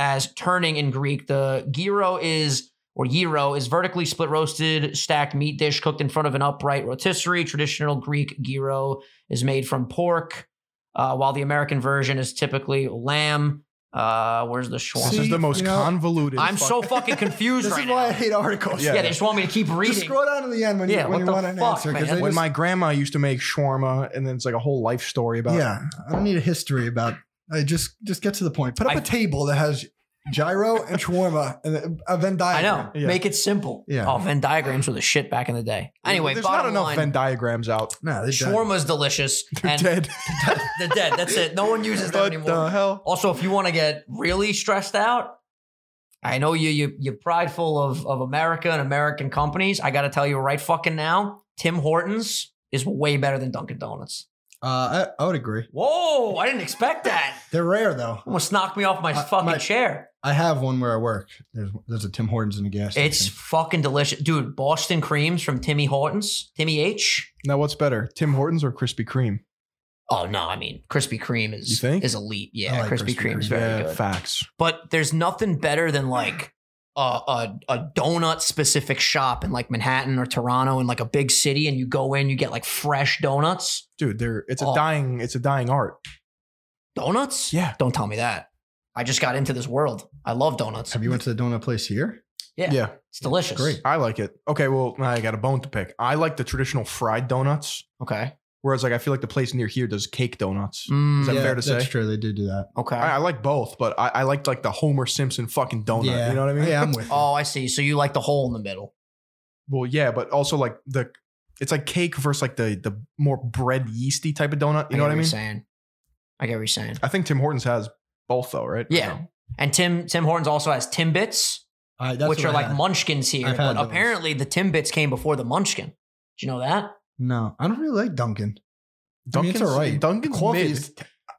A: as turning in Greek. The gyro is or gyro is vertically split roasted stacked meat dish cooked in front of an upright rotisserie. Traditional Greek gyro is made from pork, uh, while the American version is typically lamb. Uh, where's the shawarma?
C: This is
B: See,
C: the most
B: you know,
C: convoluted.
A: I'm so
C: fuck-
A: fucking confused
B: This
A: right
B: is why I
A: now.
B: hate articles.
A: Yeah,
C: Yeah.
A: they just want me to keep
B: Just
A: reading.
B: scroll down to the end when you,
A: Yeah,
B: when
A: what
B: you
A: the
B: want an
A: fuck,
B: answer.
A: man?
B: 'cause they
C: When
B: just-
C: my grandma used to make shawarma, and then it's like a whole life story about.
B: yeah, I don't need a history about. I just just get to the point. Put up
A: I-
B: a table that has gyro and shawarma and a Venn
A: I
B: diagram.
A: know.
C: Yeah.
A: Make it simple.
B: Yeah.
A: Oh, Venn diagrams were the shit back in the day. Anyway,
C: there's not
A: bottom
C: enough
A: line,
C: Venn diagrams out.
B: No, they don't.
A: shawarma's delicious.
C: They're
A: and
C: dead.
A: they're dead. That's it. No one uses them
C: what
A: anymore.
B: uh,
C: the hell?
A: Also, if you want to get really stressed out, I know you you you're prideful of of America and American companies. I got to tell you right fucking now, Tim Hortons is way better than Dunkin' Donuts.
B: Uh, I, I would agree.
A: Whoa, I didn't expect that.
B: They're rare though.
A: Almost knocked me off my
B: Uh,
A: fucking
B: my-
A: chair.
B: I have one where I work. There's there's a Tim Hortons in the gas station.
A: It's fucking delicious, dude. Boston creams from Timmy Hortons, Timmy H.
C: Now, what's better, Tim Hortons or Krispy Kreme?
A: Oh no, I mean Krispy Kreme is
C: You think?
A: is elite.
B: I
A: Yeah,
B: like
A: Krispy
B: Krispy
A: Kreme is
B: Kreme.
A: very
C: yeah,
A: good.
C: facts.
A: but there's nothing better
B: Hmm.
A: than like a, a, a donut specific shop in like Manhattan or Toronto in like a big city and you go in, you get like fresh donuts.
C: Dude, they're it's
A: Oh.
C: a dying it's a dying art.
A: Donuts?
C: Yeah.
A: Don't tell me that. I just got into this world. I love donuts.
B: have you went to the donut place here?
A: Yeah. It's delicious.
B: Great.
C: I like it. Okay, well, now I got a bone to pick. I like the traditional fried donuts,
A: Okay.
C: whereas like I feel like the place near here does cake donuts.
A: Mm,
C: Is that fair to
B: that's
C: say?
B: true. They did do that.
A: okay.
C: I, I like both, but I, I liked like the Homer Simpson fucking donut. You know what I mean?
B: Yeah, I'm with. you.
A: oh, I see. So you like the hole in the middle.
C: Well, yeah, but also like the It's like cake versus like the the more bread yeasty type of donut. You know
A: I
C: what I mean?
A: You're saying. I get what you're saying.
C: I think Tim Hortons has both though, right?
A: Yeah.
C: No.
A: And Tim Tim Hortons also has Timbits,
B: I, that's
A: which are
B: what I
A: like
B: had.
A: munchkins here.
B: I've
A: But
B: had those.
A: apparently the Timbits came before the munchkin. Did you know that?
B: no, I don't really like Dunkin'. I mean,
C: Dunkin's
B: it's all right.
C: Dunkin's
B: Coffee
C: mid.
B: is-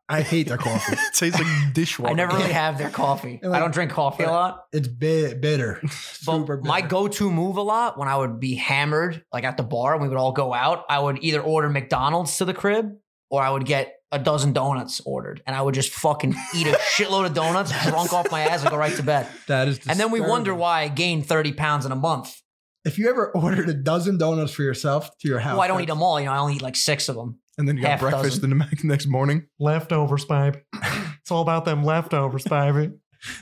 B: I hate their coffee.
C: it tastes like dishwater.
A: I never really have their coffee.
B: And like-
A: I don't drink coffee a
B: but-
A: lot.
B: It's bi- bitter.
A: But
B: Super bitter.
A: my go-to move a lot when I would be hammered, like at the bar, and we would all go out. I would either order McDonald's to the crib, or I would get a dozen donuts ordered, and I would just fucking eat a shitload of donuts, drunk off my ass, and go right to bed.
B: that is.
A: And then we wonder
B: disturbing.
A: why I gained thirty pounds in a month.
B: If you ever ordered a dozen donuts for yourself to your house,
A: Well, I don't eat
B: Oh, that's-
A: them all. You know, I only eat like six of them.
C: And then you got
A: Half
C: breakfast in the next- next morning.
D: Leftovers, baby. It's all about them leftovers, baby.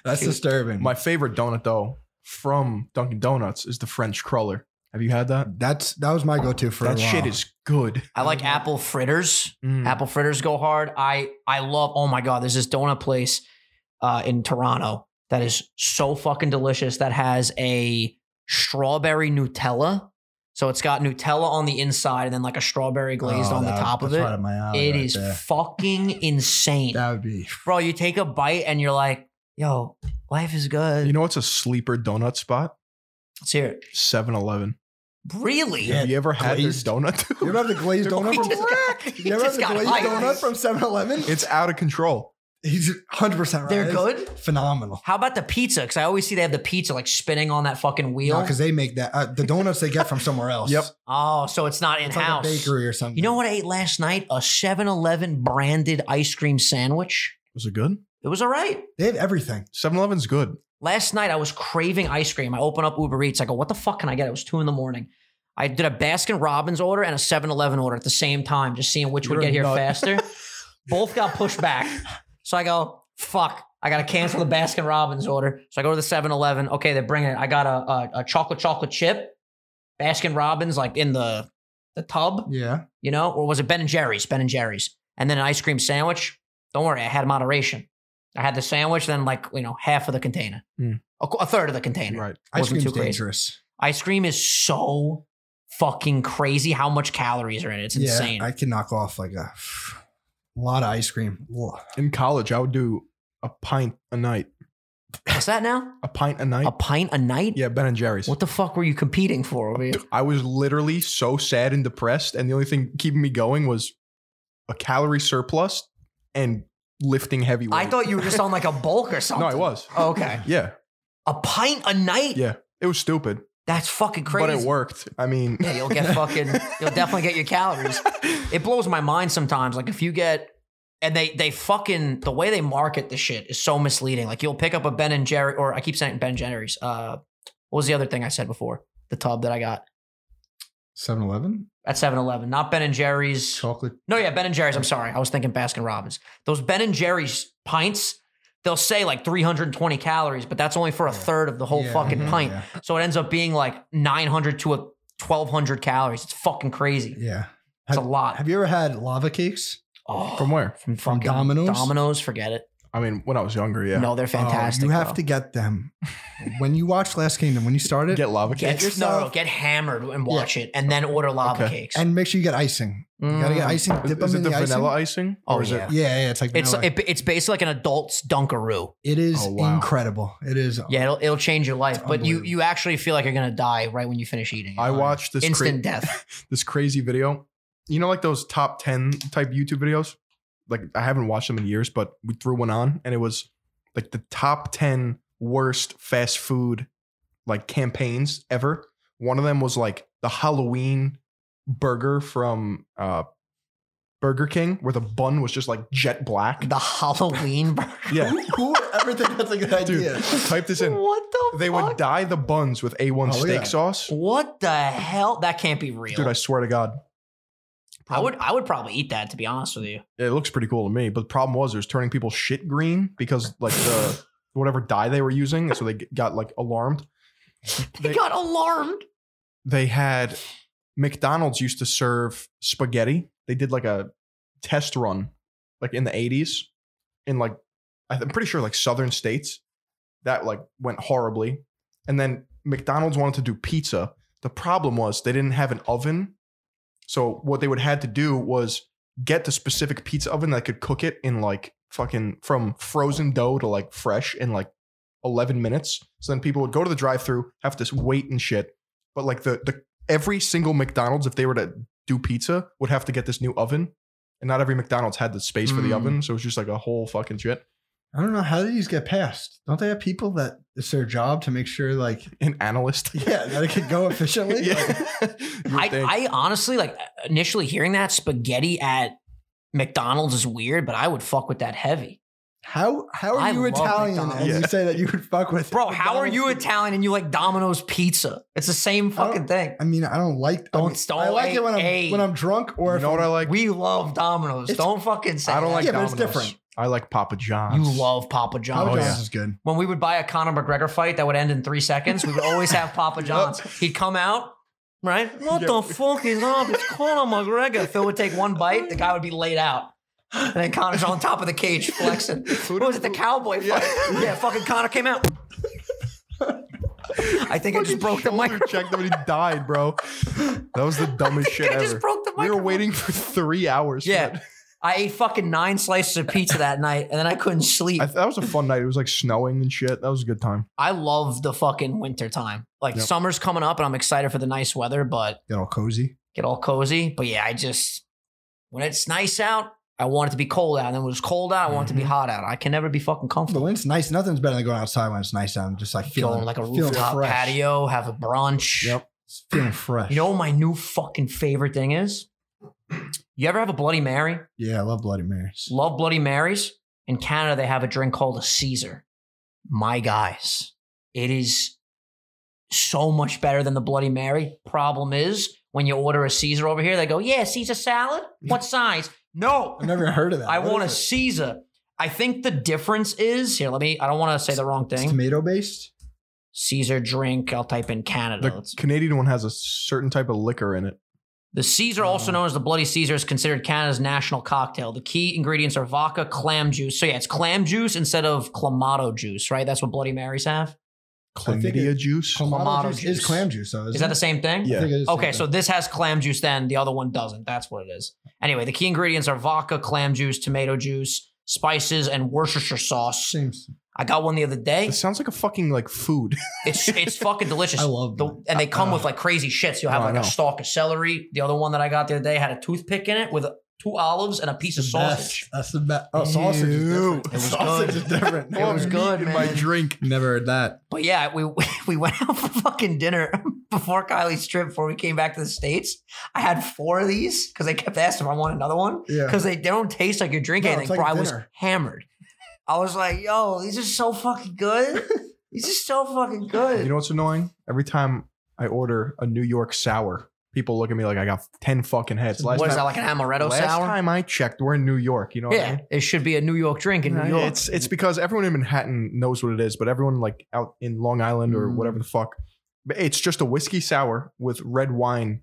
B: That's disturbing.
C: My favorite donut though from Dunkin' Donuts is the French cruller. Have you had that?
B: that's that was my go-to for a
C: that shit
B: while.
C: is good.
B: Oh,
A: I like apple fritters.
B: Hmm.
C: Mm.
A: Apple fritters go hard. I I love. Oh my god, there's this donut place uh, in Toronto that is so fucking delicious. That has a strawberry Nutella. So it's got Nutella on the inside and then like a strawberry glazed
B: Oh,
A: on the
B: that-
A: top of
B: that's
A: it.
B: right up my alley
A: It
B: right
A: is
B: there.
A: fucking insane,
B: that would be
A: bro. You take a bite and you're like, yo, life is good.
C: You know what's a sleeper donut spot?
A: Let's hear it.
C: 7-Eleven.
A: Really?
B: Yeah.
C: Have you ever had
B: glazed.
C: their donut?
B: You ever have the glazed donut?
A: He
B: From,
A: just got- he
B: you ever have
A: just
B: the
A: got
B: glazed
A: hyped.
B: donut from 7-Eleven?
C: it's out of control.
B: He's 100 percent right.
A: They're
B: It's
A: good.
B: Phenomenal.
A: How about the pizza? Because I always see they have the pizza like spinning on that fucking wheel.
B: because they make that uh, the donuts they get from somewhere else.
C: Yep.
A: oh, so it's not in
B: It's like a
A: house.
B: bakery or something.
A: You know what I ate last night? A 7 Eleven branded ice cream sandwich.
C: Was it good?
A: It was all right.
B: They have everything.
C: 7-Eleven's good.
A: Last night I was craving ice cream. I open up Uber Eats. I go, what the fuck can I get? It was two in the morning. I did a Baskin Robbins order and a 7 Eleven order at the same time, just seeing which
C: You're
A: would
C: a
A: get here
C: nut.
A: faster. Both got pushed back. So I go, fuck. I got to cancel the Baskin Robbins order. So I go to the 7 Eleven. Okay, they're bringing it. I got a, a, a chocolate chocolate chip, Baskin Robbins, like in the, the tub.
B: Yeah.
A: you know, or was it Ben and Jerry's? Ben and Jerry's, and then an ice cream sandwich. Don't worry, I had moderation. I had the sandwich, then like you know, half of the container,
C: Mm.
A: a, qu- a third of the container.
C: Right.
B: Ice
A: Wasn't
B: cream's
A: too crazy.
B: dangerous.
A: Ice cream is so fucking crazy. How much calories are in it? It's insane.
B: Yeah, I can knock off like a, a lot of ice cream. Whoa.
C: In college, I would do a pint a night.
A: What's that now?
C: A pint a night?
A: A pint a night?
C: yeah, Ben and Jerry's.
A: What the fuck were you competing for over here?
C: I was literally so sad and depressed, and the only thing keeping me going was a calorie surplus and lifting heavy
A: I
C: weight.
A: thought you were just on like a bulk or something.
C: no, I was.
A: Okay.
C: Yeah,
A: A pint a night?
C: Yeah, it was stupid,
A: That's fucking crazy.
C: but it worked. I mean,
A: Yeah, you'll get fucking, you'll definitely get your calories. It blows my mind sometimes. Like if you get, and they they fucking the way they market the shit is so misleading. Like you'll pick up a Ben and Jerry, or I keep saying Ben and Jerry's. Uh, what was the other thing I said before? The tub that I got
B: 7-Eleven?
A: at 7-Eleven, not Ben and Jerry's.
B: Chocolate.
A: No, yeah, Ben and Jerry's. I'm sorry, I was thinking Baskin Robbins. Those Ben and Jerry's pints, they'll say like 320 calories, but that's only for a
B: Yeah.
A: third of the whole
B: Yeah,
A: fucking
B: yeah,
A: pint.
B: Yeah.
A: So it ends up being like 900 to a 1200 calories. It's fucking crazy.
B: yeah.
A: It's a lot.
B: Have you ever had lava cakes?
A: Oh,
C: From where?
A: from,
B: from
A: fucking
B: Domino's?
A: Domino's, forget it.
C: I mean, when I was younger, yeah.
A: No, they're
B: Oh,
A: fantastic.
B: you have
A: bro.
B: to get them. when you watch Last Kingdom, when you start it,
C: Get lava
A: get,
C: cake.
A: no, no,
B: yourself-
A: get hammered and watch it, and then order lava
C: Okay.
A: cakes.
B: and make sure you get icing. You gotta get
A: Mm.
B: icing.
C: Is,
B: Dip them
C: is it
B: in
C: the,
B: the, icing.
C: vanilla icing?
A: Oh,
C: Or is it-
A: yeah.
B: Yeah, yeah, it's like
A: It's
B: vanilla.
A: it, it's basically like an adult's Dunkaroo.
B: it is
C: Oh, wow.
B: incredible. It is.
A: Yeah, it'll, it'll change your life,
B: It's
A: but you
B: unbelievable.
A: you actually feel like you're gonna die right when you finish eating. it.
C: I watched this cra-
A: instant death.
C: this crazy video. You know, like those top 10 type YouTube videos? Like, I haven't watched them in years, but we threw one on and it was like the top 10 worst fast food like campaigns ever. One of them was like the Halloween burger from uh, Burger King where the bun was just like jet black.
A: The Halloween burger.
C: Yeah.
B: Who would ever think that's a good
C: Dude,
B: idea?
C: type this in.
A: What the?
C: They
A: fuck?
C: would dye the buns with A1
B: Oh,
C: steak
B: yeah.
C: sauce.
A: What the hell? That can't be real.
C: Dude, I swear to God.
A: I would I would probably eat that to be honest with you.
C: it looks pretty cool to me. But the problem was it was turning people's shit green because like the whatever dye they were using, so they g- got like alarmed.
A: They,
C: They-
A: got alarmed.
C: They had McDonald's used to serve spaghetti. They did like a test run, like in the eighties, in like I th- I'm pretty sure like southern states. That like went horribly, and then McDonald's wanted to do pizza. The problem was they didn't have an oven So what they would had to do was get the specific pizza oven that could cook it in like fucking from frozen dough to like fresh in like 11 minutes. So then people would go to the drive-through, have to wait and shit. But like the the every single McDonald's if they were to do pizza would have to get this new oven. And not every McDonald's had the space for the
B: Mm.
C: oven, so it was just like a whole fucking shit.
B: I don't know how these get passed. Don't they have people that it's their job to make sure, like,
C: An analyst.
B: yeah, that it could go efficiently? Like,
C: yeah. You would
A: I,
C: think.
A: I honestly like initially hearing that spaghetti at McDonald's is weird, but I would fuck with that heavy.
B: how how are
A: I
B: you
A: love
B: Italian and
A: McDonald's.
B: you
C: Yeah.
B: say that you would fuck with
A: Bro, how are you
B: McDonald's?
A: Italian and you like Domino's pizza? It's the same fucking thing.
B: I mean, I don't like. I,
A: Don't
B: mean,
A: stall
B: I like it when I'm
A: AA.
B: when I'm drunk or
C: you
B: if
C: know what
B: I'm-
C: I like?
A: We love Domino's.
B: It's-
A: Don't fucking say
C: I don't
A: that.
C: like
B: Yeah, but it's
C: Domino's.
B: different.
C: I like Papa
A: You
C: John's.
A: love Papa John's.
B: Papa
C: Oh,
B: John's
C: yeah.
B: is good.
A: When we would buy a Conor McGregor fight that would end in three seconds, we would always have Papa John's. He'd come out, right? What
C: Yeah.
A: the fuck is up? It's Conor McGregor. Phil would take one bite, the guy would be laid out. And then Conor's on top of the cage flexing. What was it? The cowboy
C: Yeah.
A: fight? Yeah, fucking Conor came out. I think I just broke the
C: Shoulder
A: microphone.
C: checked him and he died, bro. That was the dumbest shit
A: I
C: ever.
A: just broke the
C: we were
A: microphone.
C: waiting for three hours. for
A: Yeah.
C: that.
A: I ate fucking nine slices of pizza that night and then I couldn't sleep.
C: I, that was a fun night. It was like snowing and shit. That was a good time.
A: I love the fucking winter time. Like
C: Yep.
A: summer's coming up and I'm excited for the nice weather, but
B: Get all cozy.
A: get all cozy. But yeah, I just when it's nice out, I want it to be cold out. And then when it's cold out, I want it
B: Mm-hmm.
A: to be hot out. I can never be fucking
B: But
A: comfortable.
B: when it's nice, nothing's better than going outside when it's nice out. and Just like
A: Go
B: feeling
A: on like a
B: feeling
A: rooftop
B: fresh.
A: patio, have a brunch.
B: It's feeling fresh.
A: You know what my new fucking favorite thing is? You ever have a Bloody Mary?
B: yeah, I love Bloody Marys.
A: Love Bloody Marys. In Canada, they have a drink called a Caesar. My guys, it is so much better than the Bloody Mary. Problem is, when you order a Caesar over here, they go, "Yeah, Caesar salad. What size?" No,
B: I've never heard of that.
A: I
B: What
A: want a
B: is
A: Caesar. I think the difference is here. Let me. I don't want to say the wrong
B: it? It's
A: thing.
B: tomato based.
A: Caesar drink. I'll type in Canada.
C: The
A: Let's-
C: Canadian one has a certain type of liquor in it.
A: The Caesar, also known as the Bloody Caesar, is considered Canada's national cocktail. The key ingredients are vodka, clam juice. So yeah, it's clam juice instead of clamato juice, right? That's what Bloody Marys have.
B: I think
C: Chlamydia
B: it-
C: juice.
B: Clamato
A: Clamato
B: juice, is
A: juice.
B: clam juice, though. Isn't
A: Is that the same thing?
C: Yeah.
A: Okay, so this has clam juice, then the other one doesn't. That's what it is. Anyway, the key ingredients are vodka, clam juice, tomato juice, spices, and Worcestershire sauce.
B: seems.
A: I got one the other day.
C: It sounds like a fucking like food.
A: It's it's fucking delicious.
B: I love
A: The-
B: them.
A: and they come
C: Uh,
A: with like crazy shits. you'll have
C: no, I
A: like
C: know.
A: a stalk of celery. The other one that I got the other day had a toothpick in it with two olives and a piece of sausage.
B: Best. That's the best. Oh, sausage is different.
C: It
A: was
B: sausage
A: good.
B: is different.
A: It was
C: Meat
A: good,
C: in my
A: man.
C: drink.
B: Never heard that.
A: But yeah, we we went out for fucking dinner before Kylie's trip. Before we came back to the states, I had four of these because they kept asking if I want another one
B: Yeah.
A: because they, they don't taste like you're drinking
B: No, it's
A: anything.
B: like
A: Bro, I was
B: dinner.
A: hammered. I was like, "Yo, these are so fucking good. these are so fucking good."
C: You know what's annoying? Every time I order a New York sour, people look at me like I got ten fucking heads. Last
A: what
C: time,
A: is that like an amaretto
C: last
A: sour?
C: time I checked, we're in New York. You know what I mean?
A: yeah, Oh. it should be a New York drink in New
C: Yeah,
A: York.
C: It's it's because everyone in Manhattan knows what it is, but everyone like out in Long Island or
B: Mm.
C: whatever the fuck, but it's just a whiskey sour with red wine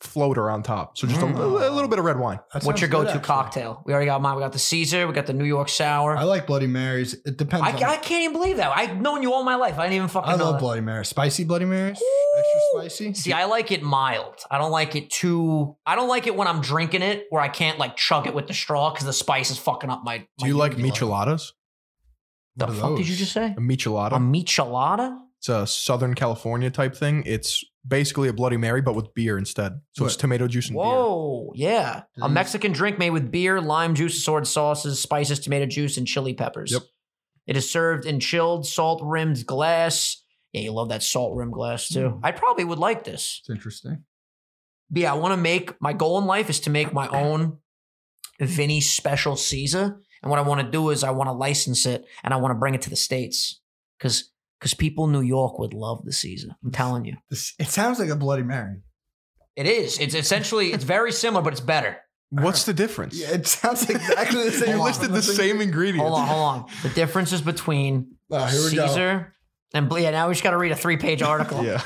C: floater on top. So just a,
A: Mm.
C: li- a little bit of red wine.
B: That
A: What's
B: sounds
A: your
B: good,
A: go-to
B: actually.
A: cocktail? We already got mine. We got the Caesar. We got the New York sour.
B: I
A: I,
B: like Bloody Marys. It depends.
A: I,
B: on-
A: can't even believe that. I've known you all my life. I didn't even fucking
B: I
A: know
B: love
A: that.
B: Bloody Marys. Spicy Bloody Marys.
A: Ooh.
B: Extra spicy.
A: See, I like it mild. I don't like it too. I don't like it when I'm drinking it where I can't like chug it with the straw because the spice is fucking up my.
C: Do you like
B: Blood.
C: micheladas? Um,
A: The
B: What are
A: fuck did you
B: those?
A: just say?
C: A michelada.
A: A michelada?
C: it's a Southern California type thing. It's basically a Bloody Mary but with beer instead. So it's
B: What?
C: tomato juice and
A: Whoa, yeah. A
B: Mm.
A: Mexican drink made with beer, lime juice, assorted sauces, spices, tomato juice, and chili peppers.
C: Yep.
A: It is served in chilled, salt rimmed glass. Yeah, you love that salt rimmed glass too.
B: Mm.
A: I probably would like this.
B: It's interesting.
A: But yeah, I want to make my goal in life is to make my own Vinny special Caesar. And what I want to do is I want to license it and I want to bring it to the States. Cause because people in New York would love the Caesar. I'm telling you.
B: This, it sounds like a Bloody Mary.
A: It is. It's essentially it's very similar, but it's better.
C: beer. What's the difference?
B: Yeah, it sounds exactly the same.
A: Hold
C: You
A: on.
C: listed the same ingredients.
A: Hold on, hold on. The differences between
B: Oh, here we go.
A: Caesar and Bl- yeah, now we just gotta read a three page article.
C: Yeah.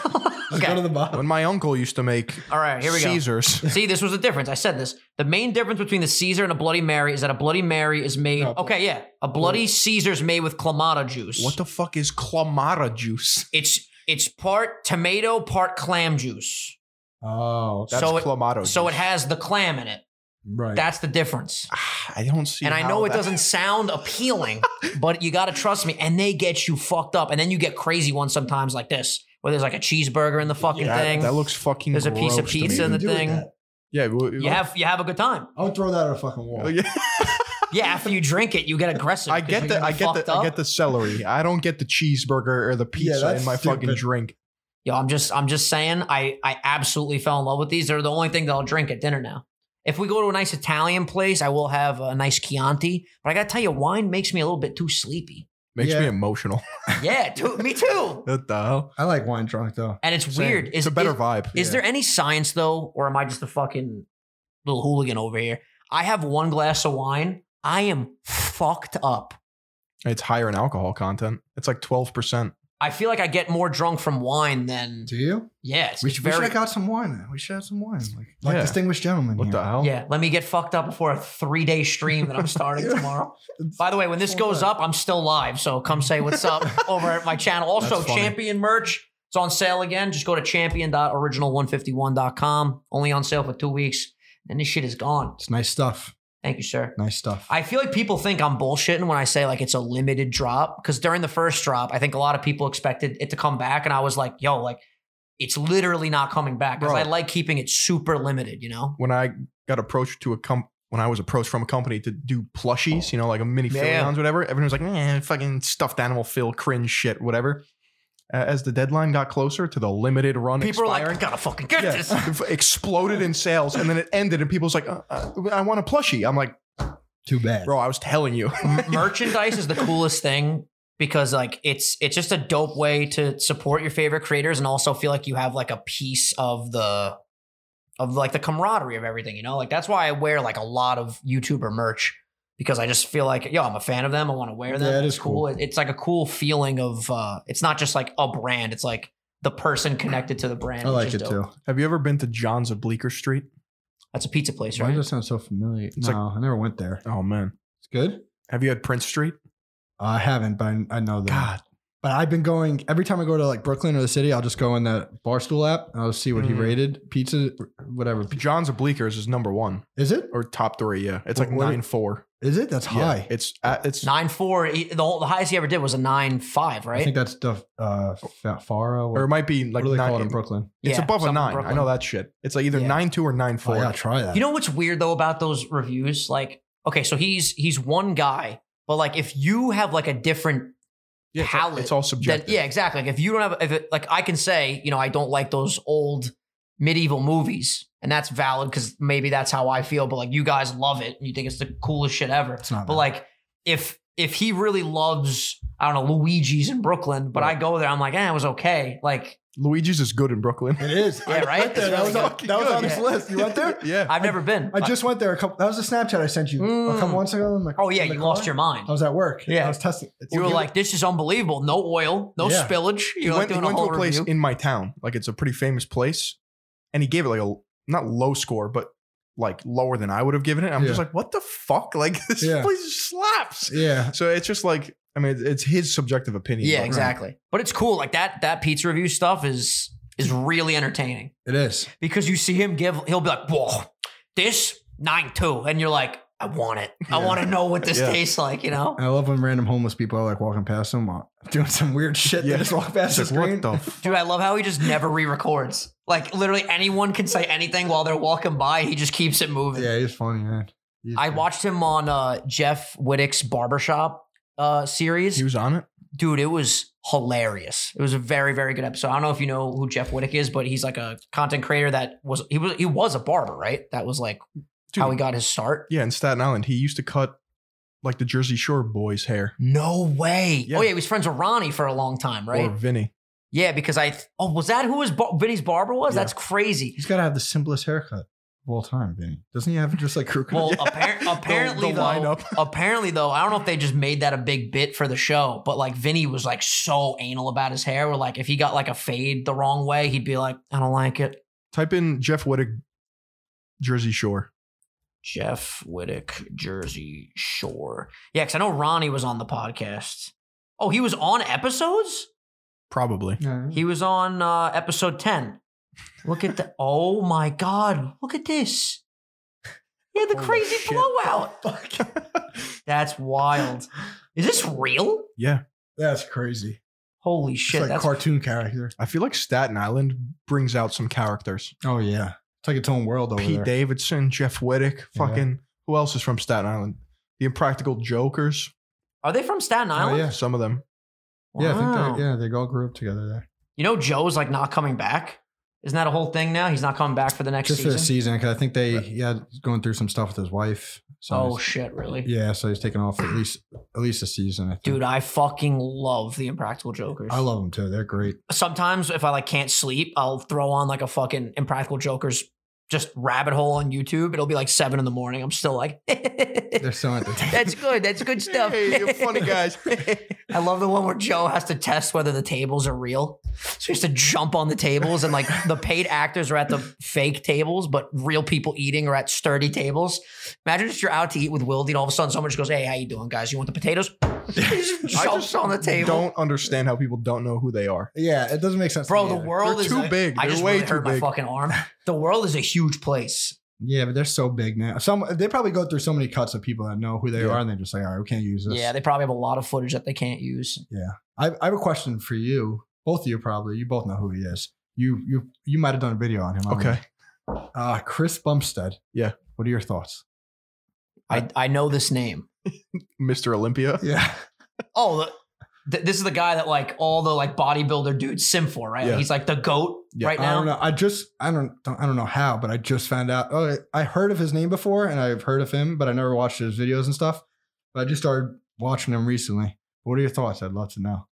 B: Let's go to
A: okay.
B: the bottom.
C: When my uncle used to make
A: All right, here we go.
C: Caesars.
A: See, this was the difference. I said this. The main difference between the Caesar and a Bloody Mary is that a Bloody Mary is made.
B: No,
A: okay, yeah, a Bloody Caesar is made with clamato juice.
C: What the fuck is clamato juice?
A: It's it's part tomato, part clam juice.
B: Oh,
C: That's
A: So it-
C: clamato.
A: So it
C: juice.
A: has the clam in it.
B: right.
A: That's the difference.
C: Ah, I don't see.
A: and I
C: how
A: know it
C: that-
A: doesn't sound appealing, but you got to trust me. And they get you fucked up. And then you get crazy ones sometimes like this, where there's like a cheeseburger in the fucking
C: Yeah,
A: thing.
C: That looks fucking.
A: There's a piece of
C: gross to me.
A: pizza in the
B: Do with
A: thing.
B: that.
C: Yeah, well,
A: you have you have a good time.
B: I would throw that at a fucking wall.
C: Oh, Yeah,
A: Yeah, after you drink it, you get aggressive.
C: I
A: 'cause
C: get
A: you're
C: the
A: gonna
C: I
A: be
C: get
A: fucked
C: the I
A: up.
C: get the celery. I don't get the cheeseburger or the pizza
B: that's
C: in my fucking
B: stupid.
C: drink.
A: Yo, I'm just I'm just saying I I absolutely fell in love with these. They're the only thing that I'll drink at dinner now. If we go to a nice Italian place, I will have a nice Chianti. But I gotta tell you, wine makes me a little bit too sleepy.
C: Makes
B: Yeah.
C: me emotional.
A: Yeah, too, me too.
C: what the hell?
B: I like wine drunk though.
A: And it's
C: Same.
A: weird.
C: It's
A: Is,
C: a better
A: is,
C: vibe.
A: is there any science though, or am I just a fucking little hooligan over here? I have one glass of wine. I am fucked up.
C: It's higher in alcohol content. It's like twelve percent.
A: I feel like I get more drunk from wine than
B: Do you?
A: yeah. It's,
B: We
A: it's
B: should, we
A: very
B: should have got some wine. Then. We should have some wine. Like, like
C: Yeah.
B: distinguished gentlemen.
C: What
B: here.
C: the hell?
A: Yeah, let me get fucked up before a three day stream that I'm starting
B: Yeah.
A: tomorrow. By the way, when this goes up, I'm still live, so come say what's up over at my channel. Also,
C: That's funny.
A: Champion merch. It's on sale again. Just go to champion.original151.com. Only on sale for two weeks. And this shit is gone.
B: It's nice stuff.
A: Thank you, sir.
B: Nice stuff.
A: I feel like people think I'm bullshitting when I say like it's a limited drop because during the first drop, I think a lot of people expected it to come back, and I was like, "Yo, like it's literally not coming back." Because
C: Bro.
A: I like keeping it super limited, you know?
C: When I got approached to a comp, when I was approached from a company to do plushies, you know, like a mini
A: Yeah.
C: filions, whatever. Everyone was like, "Man, fucking stuffed animal fill, cringe shit, whatever." Uh, as the deadline got closer to the limited run,
A: People are like, "I
C: expiring-
A: gotta fucking get this."
C: yeah, it exploded in sales, and then it ended, and people's like, uh, uh, "I want a plushie." I'm like,
B: Too bad.
C: "Bro, I was telling you."
A: M- merchandise is the coolest thing because like it's it's just a dope way to support your favorite creators and also feel like you have like a piece of the of like the camaraderie of everything, you know? Like that's why I wear like a lot of YouTuber merch because I just feel like yo, I'm a fan of them. I want to wear them.
B: Yeah, it
A: It's
B: is cool.
A: It- It's like a cool feeling of uh it's not just like a brand. It's like the person connected to the brand.
B: I
A: which
B: like
A: is
B: it
A: dope.
B: too.
C: Have you ever been to John's of Bleecker Street?
A: That's a pizza place,
B: Why
A: right?
B: does that sound so familiar?
C: It's
B: no, I never went there.
C: Oh man,
B: It's good. Uh,
C: have you had Prince Street?
B: I haven't, but I, I know that.
C: God,
B: But I've been going every time I go to like Brooklyn or the city. I'll just go in that Barstool app and I'll see what he
C: Mm.
B: rated pizza, whatever.
C: John's of Bleeckers is number one
B: Is it?
C: or top three. Yeah, it's like
B: What- what-
C: nine four.
B: Is it? That's
C: Yeah,
B: high.
C: it's uh, it's
A: Nine four. e, The, the highest he ever did was a nine five,
B: I
A: right?
B: think that's the uh, Fa- Faro.
C: or it
B: What,
C: might be
B: what
C: like
B: do they
C: nine.
B: call it in Brooklyn?
C: It's
A: Yeah,
C: above a
A: something
C: nine. I
A: Brooklyn.
C: know that shit. It's like either
A: Yeah.
C: nine two or nine
B: Oh,
C: four.
B: yeah, I'll try that.
A: You know what's weird though about those reviews? Like, okay, so he's he's one guy, but like if you have like a different
C: yeah, it's, all,
A: palate
C: it's all
A: then
C: subjective.
A: yeah, exactly. Like if you don't have if it, like I can say, you know, I don't like those old medieval movies, and that's valid because maybe that's how I feel, but like you guys love it and you think it's the coolest shit ever.
B: it's not.
A: But
B: bad.
A: like if if he really loves, I don't know, Luigi's in Brooklyn, but I go there, I'm like, eh, it was okay. Like
C: Luigi's is good in Brooklyn.
B: it is.
A: Yeah,
B: I
A: right?
B: went there.
A: It's
B: That was,
A: really
B: on-
C: good.
B: that was on
A: Yeah.
B: his list. You went there?
C: yeah.
A: I've never been.
B: I just went there a couple. That was a Snapchat I sent you a
A: Mm.
B: couple months ago. I'm like,
A: oh yeah,
B: in the
A: you lost
B: car.
A: your mind.
B: I was at work.
A: Yeah.
B: I was testing. It's-
A: You were like, this is unbelievable. No oil, no
B: Yeah.
A: spillage.
C: he
A: You're like
C: went, he
A: doing a
C: went to
A: whole
C: a place
A: review.
C: in my town. Like it's a pretty famous place, and he gave it like a not low score, but like lower than I would have given it. I'm just
B: Yeah.
C: like, what the fuck? Like this
B: Yeah.
C: place slaps.
B: yeah.
C: So it's just like, I mean, it's his subjective opinion.
A: yeah,
C: but-
A: exactly. But it's cool. Like that that pizza review stuff is is really entertaining
B: It is.
A: because you see him give. He'll be like, "Whoa, this nine two," and you're like, "I want it. I
B: Yeah.
A: want to know what this
C: Yeah.
A: tastes like." You know.
B: And I love when random homeless people are like walking past them, uh, doing some weird shit.
C: Yeah.
B: They just walk past the
C: It's like,
B: screen.
C: what the f-
A: Dude, I love how he just never re-records. Like literally, anyone can say anything while they're walking by. He just keeps it moving.
B: yeah, he's funny, man. He's
A: I
B: good.
A: watched him on uh, Jeff Wittick's barbershop uh, series.
C: he was on it.
A: dude, it was hilarious. It was a very, very good episode. I don't know if you know who Jeff Wittick is, but he's like a content creator that was he was he was a barber, right? That was like
C: Dude,
A: how he got his start.
C: yeah, in Staten Island, he used to cut like the Jersey Shore boys' hair
A: No way.
C: Yeah.
A: Oh yeah, he was friends with Ronnie for a long time, right?
C: or Vinny.
A: yeah, because I th- oh was that who his bar- Vinny's barber was?
C: Yeah.
A: That's crazy.
B: He's got to have the simplest haircut of all time, Vinny. Doesn't he have just like crew cut?
A: Well, appar- apparently
C: the
A: though,
C: lineup.
A: apparently though, I don't know if they just made that a big bit for the show, but like Vinny was like so anal about his hair. Where like if he got like a fade the wrong way, he'd be like, I don't like it.
C: Type in Jeff Wittig, Jersey Shore.
A: Jeff Wittick, Jersey Shore. Yeah, because I know Ronnie was on the podcast. Oh, he was on episodes?
C: Probably.
B: Yeah.
A: He was on uh, episode 10. Look at the. Oh my God. Look at this. Yeah, the
C: Holy
A: crazy
C: shit.
A: blowout. That's wild. Is this real?
C: Yeah.
B: That's crazy.
A: Holy
B: Shit,
A: shit.
B: it's like
A: that's
B: cartoon character.
C: I feel like Staten Island brings out some characters.
B: Oh yeah, it's like its own world over
C: Pete
B: there.
C: Davidson, Jeff Whittick,
B: Yeah.
C: fucking who else is from Staten Island? The Impractical Jokers.
A: Are they from Staten
B: Oh,
A: Island?
B: yeah.
C: Some of them.
B: Yeah, I
A: Wow.
B: think they, yeah, they all grew up together there.
A: You know, Joe's like not coming back. Isn't that a whole thing now? He's not coming back for the next
B: Just for
A: season.
B: the season, because I think they
C: Right.
B: yeah going through some stuff with his wife. So
A: Oh
B: he's-
A: shit, really?
B: yeah, so he's taking off at least at least a season. I think.
A: Dude, I fucking love the Impractical Jokers.
B: I love them too. They're great.
A: Sometimes if I like can't sleep, I'll throw on like a fucking Impractical Jokers just rabbit hole on YouTube. It'll be like seven in the morning. I'm still like,
B: They're so entertaining.
A: that's good. That's good stuff.
C: Hey, you're funny guys.
A: I love the one where Joe has to test whether the tables are real. So he has to jump on the tables, and like the paid actors are at the fake tables, but real people eating are at sturdy tables. Imagine just you're out to eat with Wildy, and all of a sudden someone just goes, "Hey, how you doing, guys? You want the potatoes?" he just
C: I
A: jumps on the table.
C: Don't understand how people don't know who they are.
B: yeah, it doesn't make sense. to
A: Bro,
B: me
A: the
B: either.
A: world
C: They're
A: is
C: too
A: a-
C: big.
A: I
C: They're
A: just
C: way
A: really hurt
C: too
A: my
C: big.
A: fucking arm. The world is a huge place.
B: Yeah, but they're so big now. Some they probably go through so many cuts of people that know who they
C: Yeah.
B: are, and they're just like, all right, we can't use this.
A: Yeah, they probably have a lot of footage that they can't use.
B: I, I have a question for you. Both of you probably. You both know who he is. You you you might have done a video on him. I don't
C: Okay.
B: know. Uh, Chris Bumstead.
C: Yeah.
B: What are your thoughts?
A: I I know this name.
C: Mr. Olympia.
B: Yeah.
A: oh, the, th- this is the guy that like all the like bodybuilder dudes sim for, right? Like,
C: Yeah.
A: he's like the goat
C: Yeah.
A: right
B: I
A: now.
B: don't know. I just I don't, don't I don't know how, but I just found out. Oh, I I heard of his name before, and I've heard of him, but I never watched his videos and stuff. But I just started watching him recently. What are your thoughts? I'd love to know.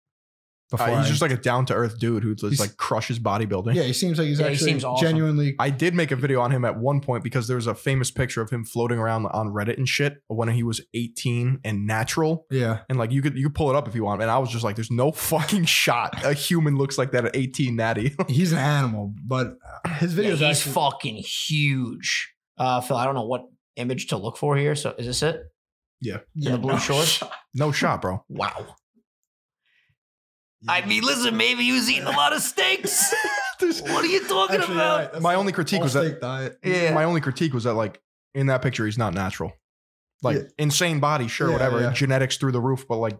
C: Uh,
B: I-
C: he's just like a down to earth dude who just
B: He's-
C: like crushes bodybuilding.
B: yeah, he seems like he's
A: Yeah, he
B: actually
A: seems awesome.
B: genuinely.
C: I did make a video on him at one point because there was a famous picture of him floating around on Reddit and shit when he was 18 and natural.
B: yeah,
C: And like you could you could pull it up if you want. And I was just like, there's no fucking shot a human looks like that at 18 natty.
B: he's an animal, but uh, his
A: Yeah,
B: videos.
A: he's
B: actually,
A: fucking huge. Uh, Phil, I don't know what image to look for here. So is this it?
B: yeah,
A: the blue
B: no.
A: shorts?
C: no shot, bro.
A: Wow. I mean, listen, maybe he was eating a lot of steaks.
C: There's-
A: what are you talking
B: Actually, you're
A: about?
B: right. That's
C: My
B: the
C: only critique
B: whole
C: was that-
B: steak diet.
A: Yeah.
C: My only critique was that like in that picture he's not natural. Like
B: Yeah.
C: insane body, sure,
B: Yeah,
C: whatever,
B: yeah.
C: genetics through the roof, but like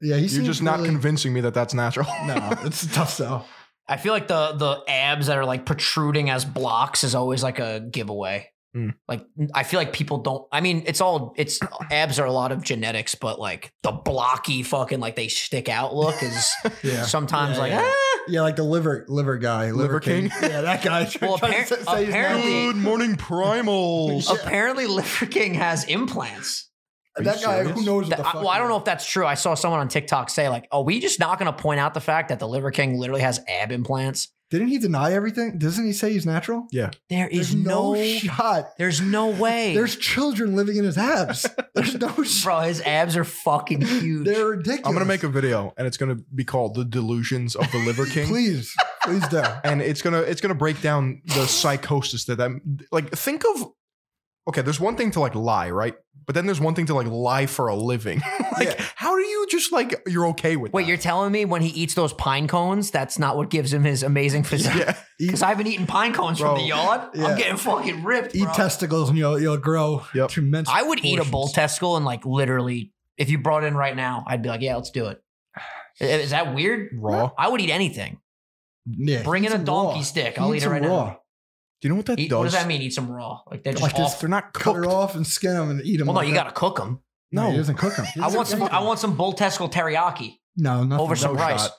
B: Yeah, he's
C: you're just not
B: really,
C: convincing me that that's natural.
B: No, it's a tough sell.
A: I feel like the the abs that are like protruding as blocks is always like a giveaway.
B: Hmm.
C: Mm.
A: Like I feel like people don't. I mean, it's all it's abs are a lot of genetics, but like the blocky fucking like they stick out look is
B: Yeah,
A: sometimes
B: Yeah,
A: like.
B: yeah.
A: "Ah."
B: yeah, like the liver liver guy, liver,
C: Liver
B: king.
C: King?
B: Yeah, that guy.
A: Well,
B: Trying to
A: appar-
B: say- say he's
A: apparently-
B: not-
C: Good morning, primals.
B: Yeah.
A: "Ah, Apparently, Liver King has implants.
C: Are you
B: that guy.
C: serious?
B: Who knows? What
A: That-
B: the
A: I-
B: fuck
A: well, I don't know if that's true. I saw someone on TikTok say like, "Oh, we just not going to point out the fact that the Liver King literally has ab implants."
B: Didn't he deny everything? Doesn't he say he's natural?
A: There is
B: There's
A: no,
B: no shot.
A: there's no way.
B: There's children living in his abs. There's no shot.
A: bro, his abs are fucking huge.
B: They're ridiculous.
C: I'm gonna make a video and it's gonna be called The Delusions of the Liver King.
B: Please, please do.
C: and it's gonna it's gonna break down the psychosis that I'm like think of okay there's one thing to like lie right but then there's one thing to like lie for a living like how do you just like you're okay with
A: Wait,
C: that?
A: you're telling me when he eats those pine cones, that's not what gives him his amazing physique?
C: yeah
A: Because I haven't eaten pine cones from
C: Bro,
A: the yard.
B: yeah.
A: I'm getting fucking ripped.
B: Eat
A: bro.
B: testicles and you'll you'll grow
C: Yep.
B: tremendous.
A: I would eat a bull
B: portions.
A: testicle and like literally, if you brought it in right now, I'd be like, yeah, let's do it. I- Is that weird?
C: raw
A: I would eat anything.
B: Yeah,
A: Bring
B: eat
A: in a
B: some
A: donkey
B: raw.
A: stick. I'll
B: Eat
A: eat it
B: some
A: right
B: raw.
A: now.
C: do you know what that
A: Eat,
C: does
A: what does that mean? Eat some raw? Like they're just
C: like this,
A: off.
C: they're not
B: Cut her
C: cooked
B: off and skin them and eat them.
A: well, no, you gotta cook them.
B: No, he
C: no
B: doesn't cook them.
A: I want some. I want some bull testicle teriyaki
B: no nothing.
A: over some
C: No
A: rice.
C: shot.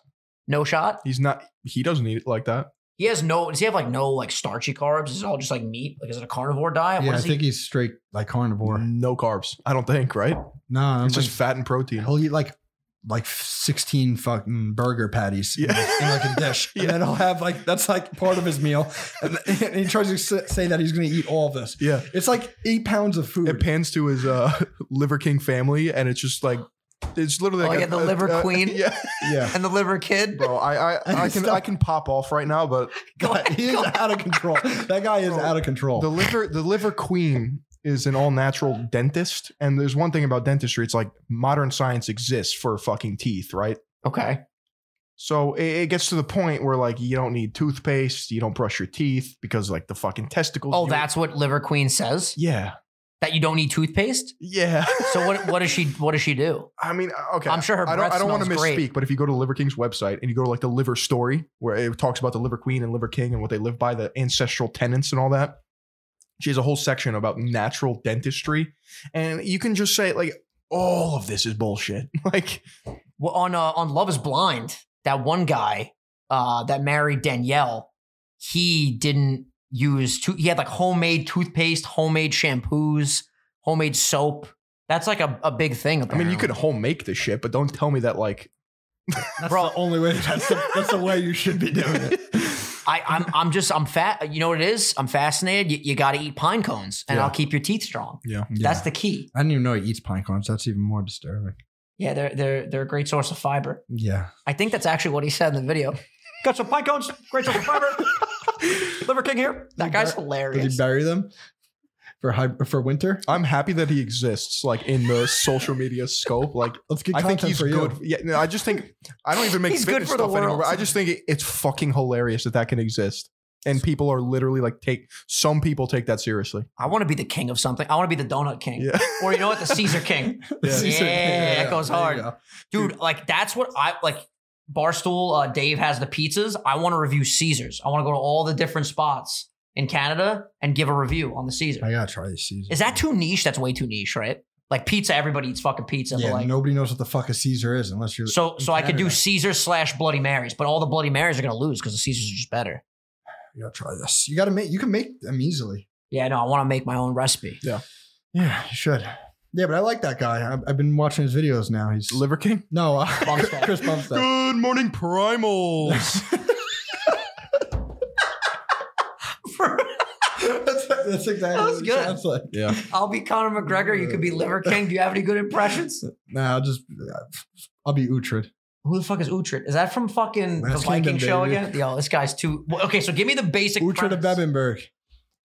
A: No shot.
C: he's not he doesn't eat it like that
A: He has no. Does he have like no like starchy carbs? Is it all just like meat? Like is it a carnivore diet?
B: Yeah,
A: what
B: I
A: is he
B: think he's straight like carnivore.
A: Mm-hmm. Mm.
C: no carbs I don't think right
B: No, I'm
C: it's
B: just
C: just fat and protein
B: he'll eat like like sixteen fucking burger patties in,
C: Yeah.
B: like- in like a dish,
C: Yeah.
B: and then he'll have like that's like part of his meal, and, and he tries to s- say that he's going to eat all of this.
C: yeah
B: It's like eight pounds of
C: it
B: food.
C: pans to his uh liver king family and it's just like it's literally
A: Oh,
C: like uh,
A: yeah, the liver queen.
C: yeah
B: Yeah,
A: and the liver kid.
C: bro I I, I can I
B: Stop.
C: can pop off right now but
A: Go ahead,
B: he is
A: go
B: out of control. That guy is
C: Bro,
B: out of
A: Oh.
B: control.
C: The liver, the liver queen is an all natural dentist. And there's one thing about dentistry. It's like modern science exists for fucking teeth, right?
A: Okay.
C: So it, it gets to the point where like you don't need toothpaste, you don't brush your teeth because like the fucking testicles.
A: Oh,
C: you-
A: that's what Liver Queen says
C: yeah,
A: that you don't need toothpaste.
C: yeah.
A: So what? What does she? What does she do?
C: I mean, uh, okay.
A: I'm sure her
C: I
A: breath
C: don't, I don't want
A: smells
C: to misspeak,
A: great.
C: but if you go to Liver King's website and you go to like the Liver Story, where it talks about the Liver Queen and Liver King and what they live by, the ancestral tenants and all that, she has a whole section about natural dentistry, and you can just say like all of this is bullshit. Like,
A: Well, on uh, on Love Is Blind, that one guy uh, that married Danielle, he didn't use. To- he had like homemade toothpaste, homemade shampoos, homemade soap. That's like a, a big thing.
C: I mean, you could
A: apparently.
C: home make this shit, but don't tell me that like
B: That's
A: Bro.
B: the only way. That's the, that's the way you should be doing it.
A: I, I'm I'm just I'm fat. You know what it is? I'm fascinated. You, you got to eat pine cones, and
C: Yeah.
A: I'll keep your teeth strong.
C: yeah.
A: That's the key.
B: I didn't even know he eats pine cones. That's even more disturbing.
A: Yeah, they're they're they're a great source of fiber.
B: Yeah.
A: I think that's actually what he said in the video. Got some pine cones, great source of fiber. Liver King here. That guy's
B: Does he
A: hilarious.
B: bury them for hy- for winter?
C: I'm happy that he exists, like in the social media scope. Like,
B: Let's get
C: I
B: content
C: think he's
B: for
C: good.
B: you.
C: Yeah, no, I just think I don't even make
A: He's good
C: fitness
A: for the
C: stuff anymore.
A: world.
C: but I just think it, it's fucking hilarious that that can exist, and people are literally like take some people take that seriously.
A: I want to be the king of something. I want to be the donut king,
C: Yeah,
A: or you know what, the Caesar king,
B: The
A: Yeah.
B: season-
A: Yeah, that goes
B: there you
A: hard.
B: go.
A: dude. Like that's what I like. Barstool uh, Dave has the pizzas. I want to review Caesars. I want to go to all the different spots in Canada and give a review on the Caesar.
B: I gotta try this season.
A: Is that too niche? That's way too niche, right? Like pizza, everybody eats fucking pizza.
B: Yeah,
A: but like,
B: nobody knows what the fuck a Caesar is unless you're.
A: so so I could do
B: Canada.
A: Caesar slash Bloody Marys, but all the Bloody Marys are gonna lose because the Caesars are just better.
B: you gotta try this. You gotta make. You can make them easily.
A: Yeah, no, I want to make my own recipe.
B: Yeah, you should. Yeah, but I like that guy. I've, I've been watching his videos now. He's
C: Liver King.
B: no uh,
A: Bumstead.
B: Chris Bumstead.
C: Good morning, primals.
B: that's, that's exactly
A: That was
B: what it
A: good.
B: sounds like.
C: yeah,
A: I'll be Conor McGregor. You could be Liver King. Do you have any good impressions?
B: Nah, I'll just I'll be Uhtred.
A: Who the fuck is Uhtred? Is that from fucking
B: Last
A: the Viking
B: Kingdom,
A: show
B: baby.
A: again? Yo, this guy's too. well, Okay, so give me the basic.
B: Uhtred of
A: premise.
B: Bebenberg.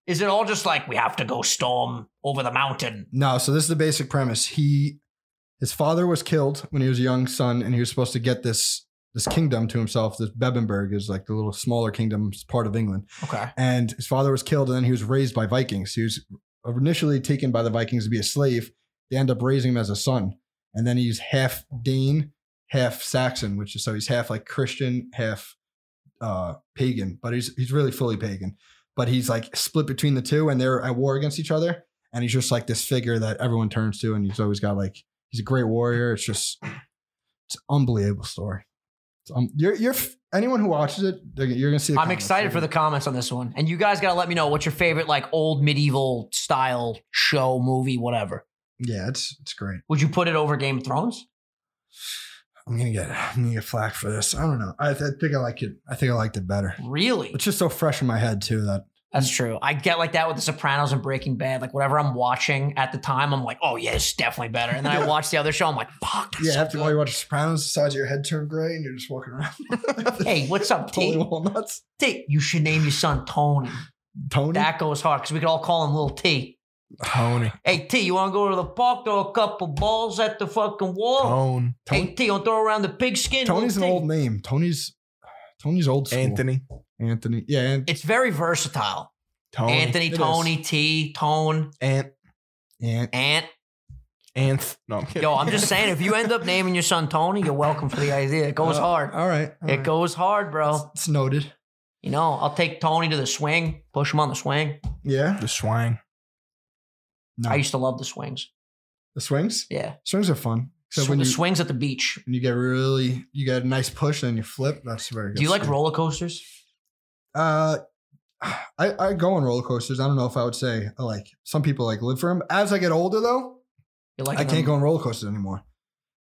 A: Is it all just like we have to go storm over the mountain?
B: No, so this is the basic premise. He his father was killed when he was a young son, and he was supposed to get this this kingdom to himself. This Bebenberg is like the little smaller kingdom, it's part of England.
A: Okay.
B: And his father was killed, and then he was raised by Vikings. He was initially taken by the Vikings to be a slave. They end up raising him as a son, and then he's half Dane, half Saxon, which is so he's half like Christian, half uh, pagan, but he's he's really fully pagan. But he's like split between the two, and they're at war against each other. And he's just like this figure that everyone turns to, and he's always got like he's a great warrior. It's just it's an unbelievable story. It's um, you're you're f- anyone who watches it, they're- you're gonna see. The
A: I'm
B: comments.
A: excited for the comments on this one, and you guys gotta let me know what's your favorite like old medieval style show, movie, whatever.
B: yeah, it's it's great.
A: Would you put it over Game of Thrones?
B: I'm gonna get I'm gonna get flack for this. I don't know. I, th- I think I like it. I think I liked it better.
A: Really?
B: It's just so fresh in my head too that
A: That's true. I get like that with The Sopranos and Breaking Bad. Like whatever I'm watching at the time, I'm like, oh yeah, it's definitely better. And then I watch the other show, I'm like, fuck. That's
B: yeah.
A: so
B: After
A: good.
B: while you watch The Sopranos, the sides of your head turn gray and you're just walking around.
A: Hey, what's up,
B: totally
A: T?
B: walnuts.
A: T, you should name your son Tony.
B: Tony.
A: That goes hard because we could all call him Little T.
C: Tony,
A: Hey T, you want to go to the park? Throw a couple balls at the fucking
B: Oh.
A: wall.
C: Tone,
A: Hey T, don't throw around the pigskin.
B: Tony's an
A: Little T.
B: old name. Tony's Tony's old school.
C: Anthony,
B: Anthony. Yeah. An-
A: It's very versatile.
C: Tony,
A: Anthony,
B: It is.
A: Tony, T, Tone,
C: Ant,
B: Ant.
A: Ant.
C: Anth. No, I'm kidding.
A: Yo, I'm just saying, if you end up naming your son Tony, you're welcome for the idea. It goes
B: Uh,
A: hard.
B: All right. all
A: It
B: right.
A: goes hard,
B: It's,
A: bro.
B: it's noted.
A: You know, I'll take Tony to the swing, push him on the swing.
B: Yeah.
C: the swang.
B: No.
A: I used to love the swings.
B: the swings.
A: Yeah.
B: Swings are fun. So
A: Sw-
B: when
A: the
B: you
A: swings at the beach.
B: when you get really you get a nice push and you flip. That's very good.
A: Do you like
B: swing.
A: roller coasters?
B: Uh, I, I go on roller coasters. I don't know if I would say I like some people like live for them. As I get older, though,
A: You like
B: I can't go on roller coasters anymore.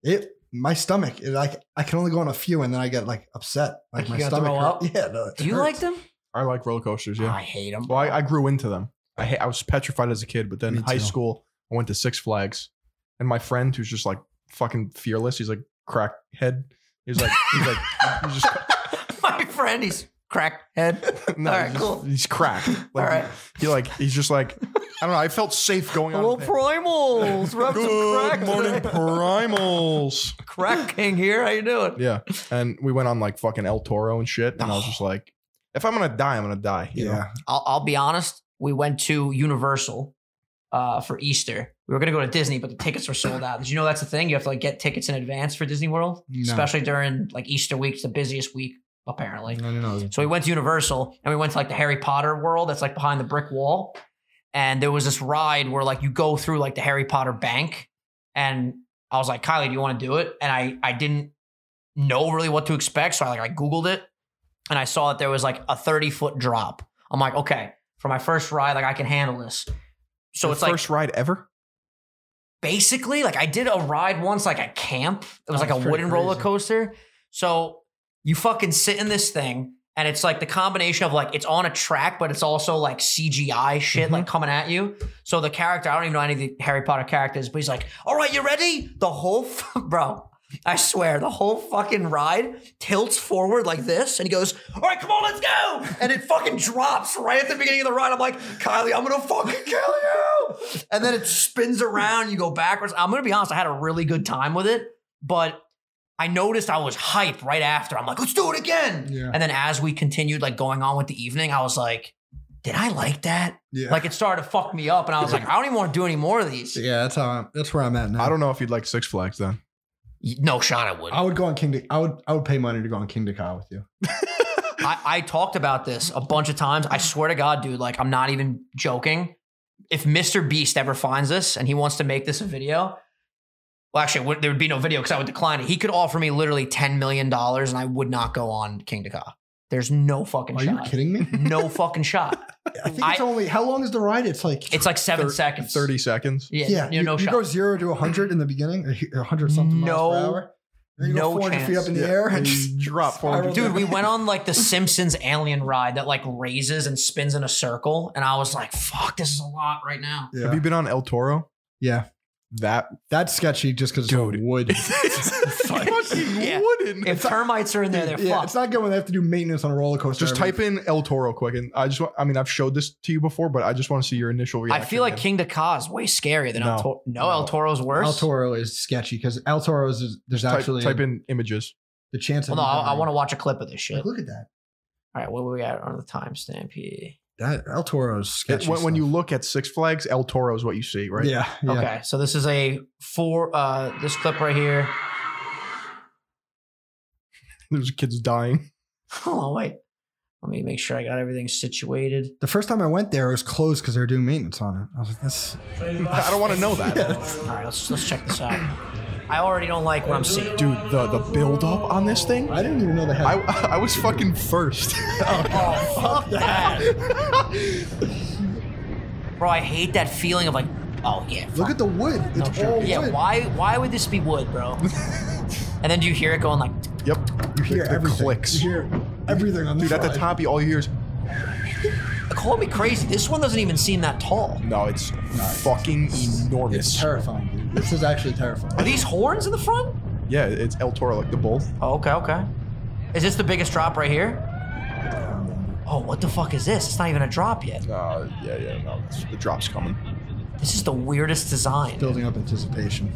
B: It my stomach it, like I can only go on a few, and then I get like upset.
A: Like
B: Like,
A: you
B: my
A: gotta
B: stomach.
A: throw
B: hurt.
A: up?
B: Yeah. No, it
A: Do you
B: hurts.
A: like them?
C: I like roller coasters. Yeah,
A: I hate them.
C: well, I, I grew into them. I ha- I was petrified as a kid, but then
B: Me
C: in high
B: too.
C: school I went to Six Flags, and my friend who's just like fucking fearless, he's like crackhead. He's like he's like he's just
A: My friend, he's crackhead.
C: no,
A: All right,
C: he's, just-
A: cool.
C: he's cracked. Like,
A: All right.
C: He like he's just like I don't know. I felt safe going on.
A: Hello,
C: with it.
A: primals. Rub some crack.
C: Good morning,
A: today.
C: primals.
A: Crack king here. How you doing?
C: Yeah, and we went on like fucking El Toro and shit, and I was just like, if I'm gonna die, I'm gonna die. You know?
B: Ah. Yeah.
A: I'll, I'll be honest. We went to Universal uh, for Easter. We were gonna go to Disney, but the tickets were sold out. Did you know that's a thing? You have to like get tickets in advance for Disney World,
B: No.
A: especially during like Easter week. It's the busiest week apparently.
B: No, no, no.
A: So we went to Universal and we went to like the Harry Potter world that's like behind the brick wall. And there was this ride where like you go through like the Harry Potter bank. And I was like, Kylie, do you want to do it? And I I didn't know really what to expect. So I like I Googled it and I saw that there was like a 30 foot drop. I'm like, okay, for my first ride, like I can handle this. So
C: Your
A: it's like
C: first ride ever.
A: basically like I did a ride once like a camp. It was
B: Oh,
A: like a
B: that's pretty
A: wooden roller
B: crazy.
A: coaster. So you fucking sit in this thing and it's like the combination of like it's on a track but it's also like CGI shit
B: Mm-hmm.
A: like coming at you. So the character, I don't even know any of the Harry Potter characters, but he's like, "All right, you ready?" The whole f- bro I swear, the whole fucking ride tilts forward like this, and he goes, "All right, come on, let's go!" And it fucking drops right at the beginning of the ride. I'm like, "Kylie, I'm gonna fucking kill you!" And then it spins around. You go backwards. I'm gonna be honest. I had a really good time with it, but I noticed I was hype right after. I'm like, "Let's do it again!"
B: Yeah.
A: And then as we continued, like going on with the evening, I was like, "Did I like that?"
B: Yeah.
A: Like it started to fuck me up, and I was like, "I don't even want to do any more of these."
B: yeah, that's how I'm, that's where I'm at now.
C: I don't know if you'd like Six Flags then.
A: No, Sean, I would.
B: I would go on King. To, I would. I would pay money to go on King to Kai with you.
A: I, I talked about this a bunch of times. I swear to God, dude, like I'm not even joking. If Mr. Beast ever finds this and he wants to make this a video, well, actually, it would- there would be no video because I would decline it. He could offer me literally $10 million and I would not go on King Ka. There's no fucking
B: Are you
A: shot.
B: kidding me?
A: No fucking shot.
B: I think it's
A: I-
B: only. How long is the ride? It's like.
A: It's like seven
C: Thir-
A: seconds.
C: Thirty seconds.
A: Yeah,
B: yeah,
A: you,
B: you,
A: no
B: you
A: shot.
B: go zero to hundred in the beginning, a hundred something miles per
A: No-
B: hour. and you
A: no
B: go 400 feet
A: chance.
B: up in the
C: Yeah,
B: air and
C: and you
B: just
C: drop
B: spiral
C: 400.
B: down.
A: Dude, we went on like the Simpsons alien ride that like raises and spins in a circle. And I was like, fuck, this is a lot right now.
C: Have
B: Yeah.
C: you been on El Toro?
B: yeah,
C: That
B: that's sketchy just because it's all
C: Dude.
B: wood.
C: it's fucking
A: Yeah.
C: wooden.
A: If termites are in there, they're
B: yeah,
A: fucked.
B: it's not good when they have to do maintenance on a roller coaster.
C: just
B: every-
C: type in El Toro quick, and I just want, I mean I've showed this to you before, but I just want to see your initial
A: I
C: reaction.
A: feel like
C: man.
A: King to Ka is way scarier than El
C: No.
A: Toro. No,
C: No.
A: El Toro's worse.
B: El Toro is sketchy because El Toro is there's
C: type,
B: actually
C: type in images.
B: the chance.
A: Well,
B: of
A: no,
B: him
A: I,
B: dying.
A: want to watch a clip of this shit.
B: Like,
A: All
B: look at that.
A: right, what were we at on the timestamp here?
B: That El Toro is
C: It-
B: sketchy.
C: when, when
B: stuff.
C: you look at Six Flags, El Toro is what you see, right?
B: yeah, yeah.
A: Okay, so this is a four. Uh, this clip right here.
C: There's kids dying.
A: Hold on, wait. Let me make sure I got everything situated.
B: The first time I went there, it was closed because they were doing maintenance on it. I was like, "That's
C: I don't want to know that.
A: All right, let's let's check this out. I already don't like what I'm seeing.
C: Dude, the the build up on this thing.
B: I didn't even know they had."
C: I, I was fucking first.
A: Oh, fuck that, bro! I hate that feeling of like, oh yeah.
B: look at the wood. It's all wood.
A: yeah, why why would this be wood, bro? and then do you hear it going like,
C: yep.
B: You hear
C: The- the
B: everything.
C: clicks.
B: You hear everything on this
C: Dude, at the
B: ride.
C: top, you all you hear is
A: call me crazy. This one doesn't even seem that tall.
C: no. It's fucking
B: It's
C: enormous.
B: terrifying, dude. This is actually
A: Are
B: terrifying.
A: these horns in the front?
C: yeah, it's El Toro, like the bull.
A: Oh, okay, okay. Is this the biggest drop right here? Oh, what the fuck is this? It's not even a drop yet.
C: Uh, yeah, yeah. No, it's- the drop's coming.
A: This is the weirdest design.
B: Building up anticipation.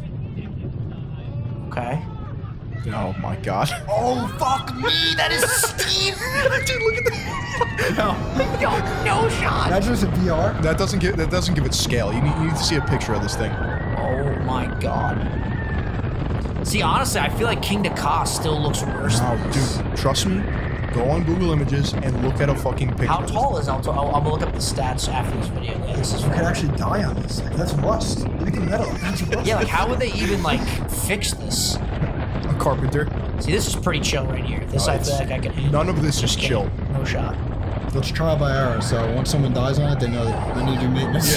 A: Okay.
C: Oh my god.
A: Oh, fuck me! That is Steve!
C: Dude, look at that. no,
A: no, no shot!
B: Imagine it's a VR.
C: that doesn't give that doesn't give it scale. You need, you need to see a picture of this thing.
A: Oh my god. See, honestly, I feel like King Dakar still looks worse. than
B: Oh,
A: this.
C: dude, trust me. Go on Google Images and look at a fucking picture.
A: How
C: of this
A: tall is Alto? Oh, I'm gonna look up the stats after this video. Yeah, this is
B: You could actually die on this. Like, that's rust. Look at the metal. That's rust.
A: Yeah, like how would they even like fix this?
C: thing. a carpenter.
A: See, this is pretty chill right here. This I feel
C: Uh, it's-
A: like I can handle.
C: None of this is chill.
A: No shot.
B: That's trial by error. So once someone dies on it, they know that they need to do maintenance.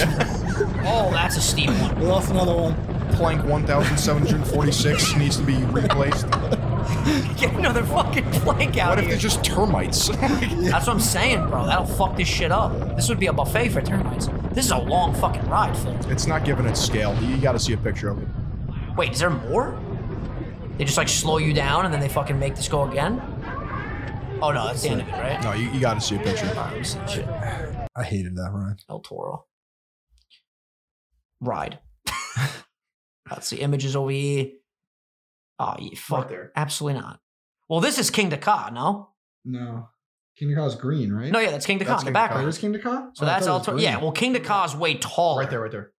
A: Oh, that's a steep one.
B: we lost another one.
C: Plank 1746 needs to be replaced.
A: Get another fucking plank out
C: What
A: of here.
C: if they're just termites?
A: That's what I'm saying, bro. That'll fuck this shit up. This would be a buffet for termites. This is a long fucking ride, Phil.
C: it's not giving it scale. You gotta see a picture of it.
A: Wait, is there more? They just like slow you down and then they fucking make this go again? Oh no, that's the end of it, right?
C: No, you, you gotta see a picture.
A: Alright, let me see this shit.
B: I hated that ride.
A: El Toro. ride. Let's see images over here. Oh, you fuck.
C: there.
A: Absolutely not. Well, this is King Dakar, no?
B: No. King Ka is green, right?
A: No, yeah, that's King Dakar
C: That's
A: in the
C: King Dakar.
B: Wait,
A: background.
B: is King Oh, Ka?
A: So that's El Toro. Yeah, well, King Dakar's way taller.
C: Right there, right there.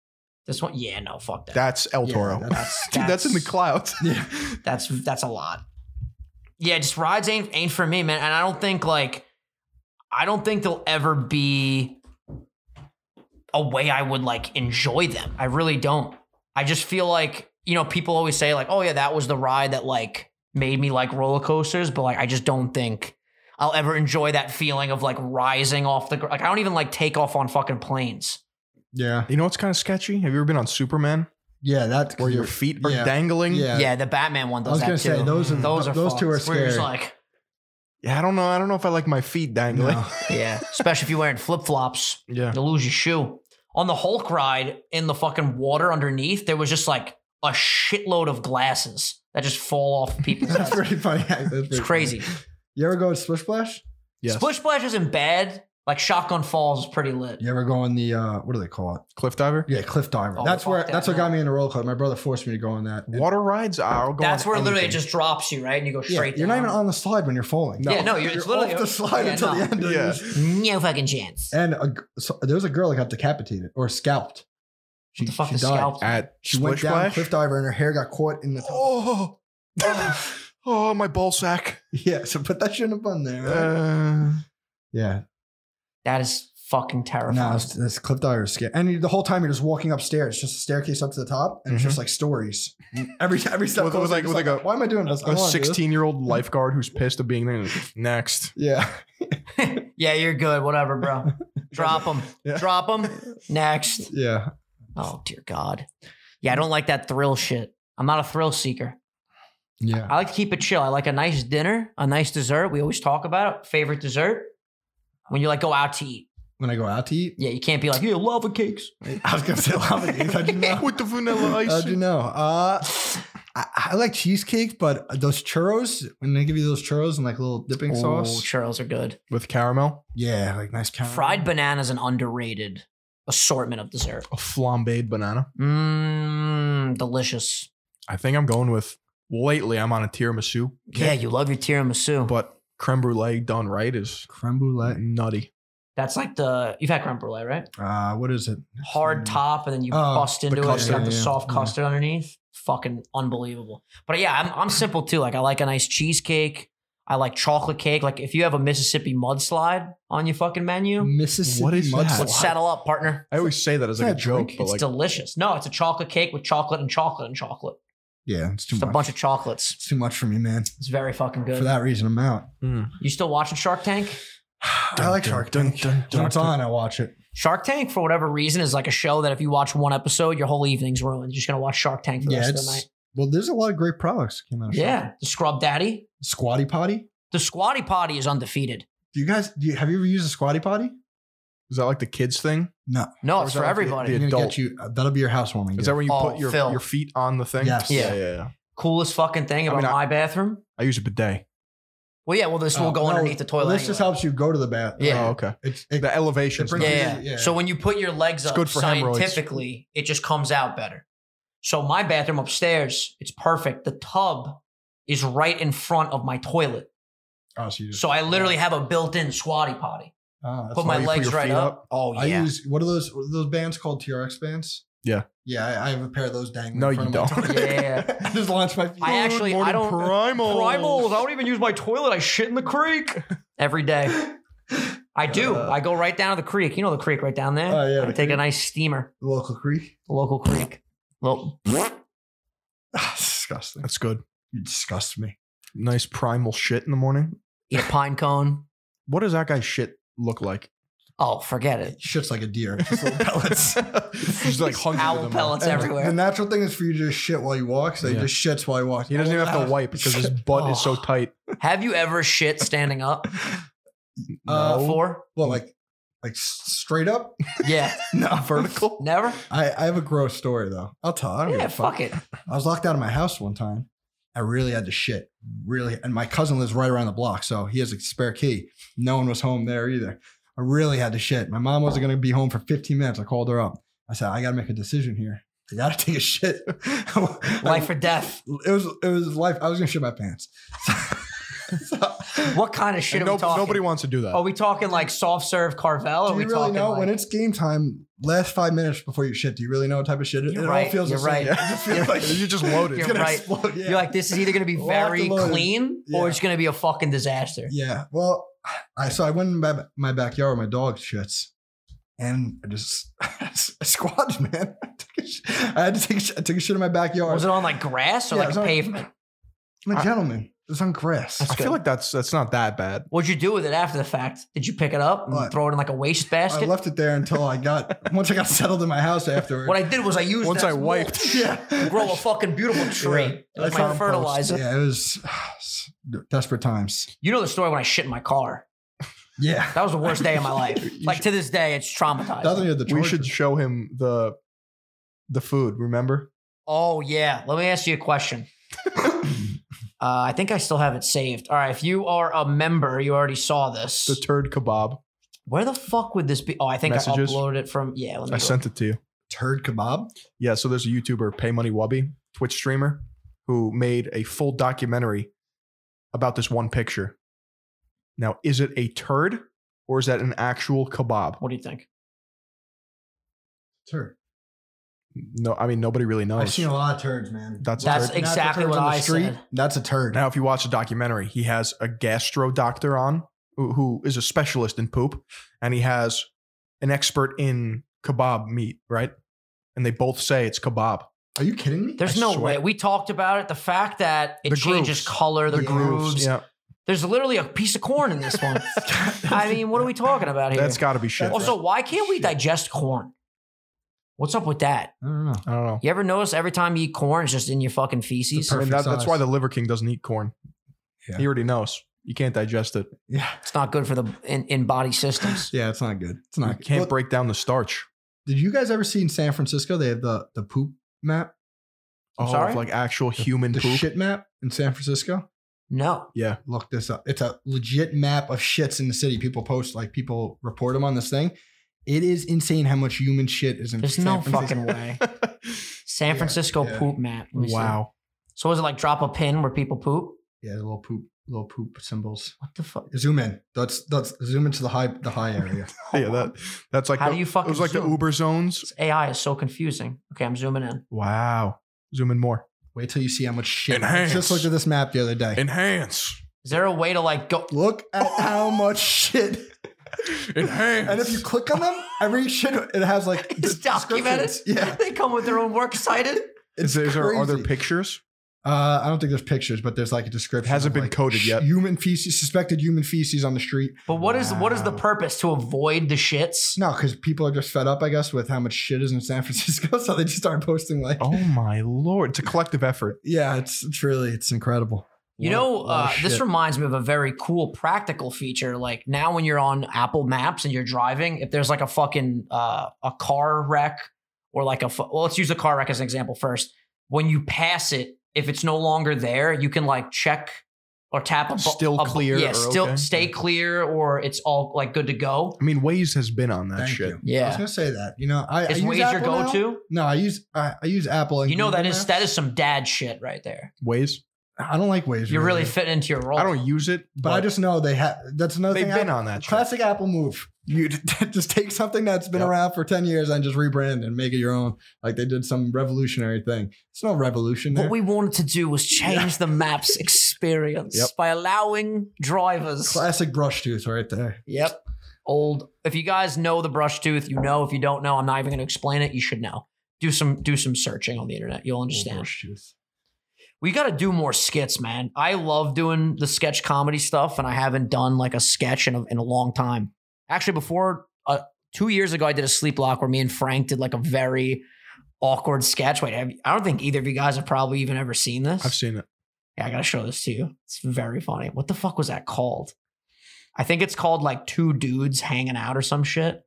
A: This one, yeah, no, fuck that.
C: That's El
B: Yeah,
C: Toro.
B: that's-
C: Dude, that's in the clouds.
B: Yeah.
A: That's that's a lot. Yeah, just rides ain't ain't for me, man. And I don't think like I don't think there'll ever be a way I would like enjoy them. I really don't. I just feel like, you know, people always say like, "Oh yeah, that was the ride that like made me like roller coasters," but like I just don't think I'll ever enjoy that feeling of like rising off the gr- like I don't even like take off on fucking planes.
B: Yeah.
C: You know what's kind of sketchy? Have you ever been on Superman
B: Yeah, that's
C: where your feet are
B: Yeah.
C: dangling?
B: Yeah.
A: Yeah, the Batman one
B: I
A: does
B: was
A: that
B: gonna
A: too.
B: say those are
A: those are
B: those two
A: fucked.
B: are
A: We're
B: scary.
A: just like,
C: Yeah, I don't know. I don't know if I like my feet dangling.
B: No.
A: yeah, especially if you're wearing flip flops.
C: Yeah.
A: You'll lose your shoe. On the Hulk ride in the fucking water underneath, there was just like a shitload of glasses that just fall off people's
B: That's
A: heads.
B: pretty funny. That's pretty
A: It's crazy.
B: funny. You ever go to Splish Splash?
C: Yes.
A: Splish Splash isn't bad. Like Shotgun Falls is pretty lit.
B: You ever go on the uh, what do they call it?
C: Cliff diver.
B: Yeah, cliff diver.
A: Oh,
B: that's
A: fuck
B: where
A: that,
B: that's what
A: no.
B: got me into roller coaster. My brother forced me to go on that. And-
C: Water rides. I'll go.
A: That's
C: on
A: where literally
C: anything.
A: it just drops you, right? And you go
B: yeah,
A: straight
B: you're not even on the slide when you're falling.
A: No. Yeah, no, you're- it's literally-
B: off the slide
A: yeah,
B: until
A: no.
B: the end. Of
C: Yeah.
B: this.
A: even No fucking chance.
B: And a, g- so, there was a girl that got decapitated or scalped. She,
A: What the fuck
B: she
A: is
B: died.
A: scalped?
C: at
B: She
C: Splish
B: went down
C: Splash.
B: cliff diver and her hair got caught in the. Top.
C: Oh, oh, oh, my ball sack.
B: Yeah, so put that shit up on there. right?
C: Uh,
B: yeah,
A: That is fucking
B: no,
A: terrifying.
B: it's, it's cliff diver is scary. And you- the whole time you're just walking upstairs, just a staircase up to the top, and it's
C: Mhm.
B: just like stories. Every every step
C: With- with
B: closer,
C: like-
B: just
C: with like a-
B: why am I doing this? I
C: a
B: don't wanna do this.
C: 16 year old lifeguard who's pissed at being there. Like, Next.
B: Yeah,
A: yeah, you're good. Whatever, bro. Drop them.
B: Yeah.
A: Drop them. Next.
B: yeah.
A: Oh, dear God. Yeah, I don't like that thrill shit. I'm not a thrill seeker.
B: Yeah.
A: I like to keep it chill. I like a nice dinner, a nice dessert. We always talk about it. Favorite dessert when you like go out to eat.
B: When I go out to eat,
A: Yeah, you can't be like, yeah, lava cakes.
B: I was gonna say lava cakes. How'd you know?
C: With the vanilla
B: How'd you
C: ice.
B: know? Uh, I, I like cheesecake, but those churros when they give you those churros and like little dipping
A: Ooh,
B: sauce,
A: churros are good.
C: With caramel.
B: yeah, like nice kind.
A: Fried banana is an underrated assortment of dessert.
C: A flambéed banana.
A: Mmm, delicious.
C: I think I'm going with. Lately, I'm on a tiramisu.
A: Yeah, you love your tiramisu.
C: But creme brulee done right is
B: creme brulee.
C: nutty.
A: That's like the you've had creme brulee, right?
B: Uh, what is it?
A: Hard top, and then you
B: Hmm. Oh,
A: bust
B: the
A: into it. It's
B: custard,
A: got the
B: yeah,
A: soft
B: yeah.
A: custard underneath. Fucking unbelievable. But yeah, I'm I'm simple too. Like I like a nice cheesecake. I like chocolate cake. Like if you have a Mississippi mudslide on your fucking menu,
B: Mississippi.
C: What is
B: mud
C: that?
B: slide.
A: let's saddle up, partner.
C: I always say that as
B: Is
C: like a
B: that a
C: joke,
B: drink?
C: but
A: it's
C: like
A: delicious. No, it's a chocolate cake with chocolate and chocolate and chocolate.
B: Yeah, it's too
A: Just a
B: much.
A: bunch of chocolates.
B: it's too much for me, man.
A: It's very fucking
B: For
A: good.
B: that reason, I'm out.
A: You still watching Shark Tank?
B: I like Shark Tank. When it's on, I watch it.
A: Shark Tank, for whatever reason, is like a show that if you watch one episode, your whole evening's ruined. You're just gonna watch Shark Tank for the
B: Yeah,
A: rest of the night.
B: it's well. There's a lot of great products that came out. Of Shark Tank.
A: Yeah, the Scrub Daddy,
B: Squatty Potty.
A: the Squatty Potty is undefeated.
B: Do you guys? Do you, have you ever used a Squatty Potty?
C: Is that like the kids thing?
B: No.
A: No,
C: Or
A: it's
C: is that
A: for
C: like the-
A: everybody.
B: I'm gonna
C: adult.
B: get you. uh, that'll be your housewarming.
C: Is
B: gift.
C: that when you
A: Oh,
C: put your
A: Phil.
C: your feet on the thing?
B: Yes.
A: Yeah.
C: yeah, yeah.
A: Coolest fucking thing
C: I
A: about
C: mean, I-
A: my bathroom.
C: I use a bidet.
A: Well, yeah. Well, this will
B: Uh,
A: go
B: no,
A: underneath the toilet.
B: This just
A: anyway.
B: helps you go to the bath.
A: Yeah.
C: Oh, okay.
B: It's, it,
C: The elevation.
B: It brings
C: stuff.
B: you-
A: Yeah.
B: Yeah.
A: So when you put your legs
C: It's
A: up
C: good for hemorrhoids.
A: scientifically, it just comes out better. So my bathroom upstairs, it's perfect. The tub is right in front of my toilet.
B: oh, so you just,
A: So I literally have a built-in squatty potty.
B: oh, that's
A: Put
B: why
A: my
B: you
A: legs
C: your
A: right
C: feet
A: up. Oh
B: I
A: yeah.
B: use what are those what are those bands called TRX bands?
C: Yeah.
B: Yeah, I, I have a pair of those dangling.
C: No,
B: in front
C: you
B: of my
C: don't.
B: toilet.
A: Yeah.
B: I just launch my feet.
A: I actually I don't
C: primal.
A: primals. I don't even use my toilet. I shit in the creek every day. I do.
B: Uh,
A: I go right down to the creek. You know the creek right down
C: Uh,
A: there.
B: Oh, yeah,
A: I
B: the
A: take a nice steamer,
B: local creek.
A: local creek. Well,
B: Disgusting.
C: That's good.
B: You disgust me.
C: Nice primal shit in the morning.
A: eat a pine cone.
C: What does that guy's shit look like?
A: Oh, forget it.
B: Shit's like a deer. Just little pellets.
C: He's like hundreds
A: Owl
C: of them.
A: pellets
B: And
A: everywhere.
B: The natural thing is for you to just shit while you walk, so he
C: Yeah.
B: just shits while he walks.
C: He doesn't even have to wipe because his butt is so
A: Oh.
C: tight.
A: Have you ever shit standing up
B: Uh,
A: before?
B: Well, like, like s- straight up?
A: Yeah,
B: No,
C: vertical.
A: never.
B: I, I have a gross story though. I'll tell. I don't give
A: Yeah,
B: a fuck.
A: fuck it.
B: I was locked out of my house one time. I really had to shit, really. And my cousin lives right around the block, so he has a spare key. No one was home there either. I really had to shit. My mom wasn't going to be home for 15 minutes. I called her up. I said, I gotta make a decision here. I gotta take a shit.
A: Life or death.
B: it was it was life. I was gonna shit my pants. So-
A: What kind of shit
C: And
A: are
C: no-
A: we talking? Oh,
C: nobody wants to do that.
A: Are we talking like soft serve Carvel? Are
B: do
A: we
B: you really
A: talking
B: know
A: like,
B: when it's game time? Last five minutes before you shit, do you really know what type of shit it,
A: You're
B: it
A: right,
B: all feels?
A: you're
B: the same.
A: right.
B: It just feels
A: You're-
B: like
C: you just loaded.
A: You're
B: it's gonna
A: right.
B: explode. Yeah.
A: you're like, this is either going to be
B: Locked
A: very
B: and loaded.
A: clean or
B: Yeah.
A: it's going to be a fucking disaster.
B: Yeah. Well, I so I went in my, my backyard where my dog shits, and I just I squatted, man. I, took a sh- I had to take a sh- I took a shit in my backyard.
A: Was it on like grass or
B: Yeah, it
A: like
B: was on-
A: pavement?
B: I'm a gentleman. It's on grass.
A: That's
C: I
A: good.
C: feel like that's that's not that bad.
A: What'd you do with it after the fact? Did you pick it up and
B: What?
A: throw it in like a waste
B: I
A: basket?
B: left it there until I got once I got settled in my house afterward.
A: what I did was I used
C: Once
A: that
C: I wiped,
A: mulch to
B: yeah.
A: grow a fucking beautiful tree.
B: Yeah.
A: It was
B: I
A: my
B: found
A: fertilizer.
B: Yeah, it was desperate times.
A: You know the story when I shit in my car.
B: Yeah.
A: That was the worst day of my life.
C: You
A: like
C: should-
A: to this day, it's traumatized.
B: Doesn't have the
C: we
B: charger.
C: should show him the the food. Remember?
A: Oh yeah. Let me ask you a question. Uh, I think I still have it saved. All right, if you are a member, you already saw this.
C: The turd kebab.
A: Where the fuck would this be? Oh, I think
C: Messages?
A: I uploaded it from. Yeah, let me.
C: I
A: look.
C: sent it to you.
B: turd kebab.
C: Yeah, so there's a YouTuber, Pay Money Wubby, Twitch streamer, who made a full documentary about this one picture. Now, is it a turd or is that an actual kebab?
A: What do you think?
B: Turd. Oh,
C: No, I mean nobody really knows.
B: I've seen a lot of turds, man.
C: That's, a
A: That's
C: turd.
A: it. exactly
B: Not
A: what
B: the turds on the
A: I
B: street.
A: said.
B: That's a turd.
C: now if you watch the documentary, he has a gastro doctor on who, who is a specialist in poop, and he has an expert in kebab meat, right? And they both say it's kebab.
B: Are you kidding me?
A: There's
C: I
A: no way.
C: swear.
A: We talked about it. The fact that it
C: The
A: changes
C: grooves.
A: color, the,
B: The
A: grooves.
B: grooves,
C: Yeah,
A: There's literally a piece of corn in this one. I mean, what are we talking about here?
C: that's got to be shit.
A: also, Oh, why can't we digest corn? What's up with that?
B: I don't know.
C: I don't know.
A: You ever notice every time you eat corn, it's just in your fucking
B: It's
A: feces?
B: the
C: I mean,
B: perfect
C: that, that's
B: size.
C: why the Liver King doesn't eat corn.
B: Yeah.
C: He already knows. You can't digest it.
B: Yeah.
A: It's not good for the in, in body systems.
B: Yeah, it's not good. It's
C: You
B: not good.
C: can't
B: Well,
C: break down the starch.
B: Did you guys ever see in San Francisco? They have the the poop map,
A: I'm
C: oh,
A: sorry?
C: of like actual human
B: the
C: poop.
B: shit map in San Francisco.
A: No.
C: Yeah.
B: Look this up. It's a legit map of shits in the city. People post like people report them on this thing. It is insane how much human shit is in.
A: There's
B: San
A: no
B: Francisco.
A: fucking way. San
B: Yeah,
A: Francisco
B: yeah.
A: poop map. Let me see.
C: wow.
A: So was it like drop a pin where people poop?
B: Yeah, little poop, little poop symbols.
A: What the fuck?
B: Zoom in. That's that's zoom into the high the high area.
C: Yeah, that that's like
A: How
C: the,
A: do you fucking
C: it was like the
A: zoom?
C: Uber zones.
A: This AI is so confusing. Okay, I'm zooming in.
C: Wow. Zoom in more.
B: Wait till you see how much shit.
C: Enhance.
B: I just looked at this map the other day.
C: Enhance.
A: Is there a way to like go?
B: Look at how much shit.
C: Enhance.
B: And if you click on them, every shit it has like
A: It's documented?
B: descriptions. Yeah,
A: They come with their own work cited.
B: it's
C: is there, is there are there
B: crazy.
C: pictures?
B: Uh, I don't think there's pictures, but there's like a description.
C: Hasn't
B: of,
C: been
B: like,
C: coded yet.
B: Human feces, suspected human feces on the street.
A: But what is what is the
C: Wow.
A: purpose to avoid the shits?
B: No, because people are just fed up, I guess, with how much shit is in San Francisco, so they just start posting like,
C: Oh my lord. It's a collective effort.
B: yeah, it's it's really it's incredible.
A: You
B: Lot-
A: know,
B: lot
A: uh,
B: of
A: this
B: Oh, shit.
A: reminds me of a very cool practical feature. Like now, when you're on Apple Maps and you're driving, if there's like a fucking uh, a car wreck or like a fu- well, let's use a car wreck as an example first. When you pass it, if it's no longer there, you can like check or tap a bu-
C: Still
A: a bu-
C: clear
A: Yeah,
C: or
A: still
C: okay.
A: stay clear, or it's all like good to go.
C: I mean, Waze has been on that
B: Thank
C: shit.
B: you. I was
A: Yeah,
B: gonna say that. You know, I I
A: is
B: use
A: Waze your
B: Apple now.
A: go-to?
B: No, I use I, I use Apple. And
A: You know that
B: Google
A: is
B: Maps.
A: that is some dad shit right there.
C: Waze.
B: I don't like Waze.
A: You're really fitting into your role.
C: I don't use it,
B: but I just know they have. That's another
C: they've
B: thing.
C: been
B: Apple-
C: on that shit.
B: classic Apple move. You just take something that's been
C: Yep.
B: around for ten years and just rebrand and make it your own. Like they did some revolutionary thing. It's no revolution.
A: What
B: there.
A: we wanted to do was change the map's experience
C: Yep.
A: by allowing drivers.
B: Classic brush tooth right there.
A: Yep. Old. If you guys know the brush tooth, you know. If you don't know, I'm not even going to explain it. You should know. Do some do some searching on the internet.
C: Oh,
A: You'll understand.
B: Brush tooth.
A: We got to do more skits, man. I love doing the sketch comedy stuff, and I haven't done like a sketch in a, in a long time. Actually, before uh, two years ago, I did a sleep block where me and Frank did like a very awkward sketch. Wait, have you- I don't think either of you guys have probably even ever seen this.
C: I've seen it.
A: Yeah, I gotta show this to you. It's very funny. What the fuck was that called? I think it's called like two dudes hanging out or some shit.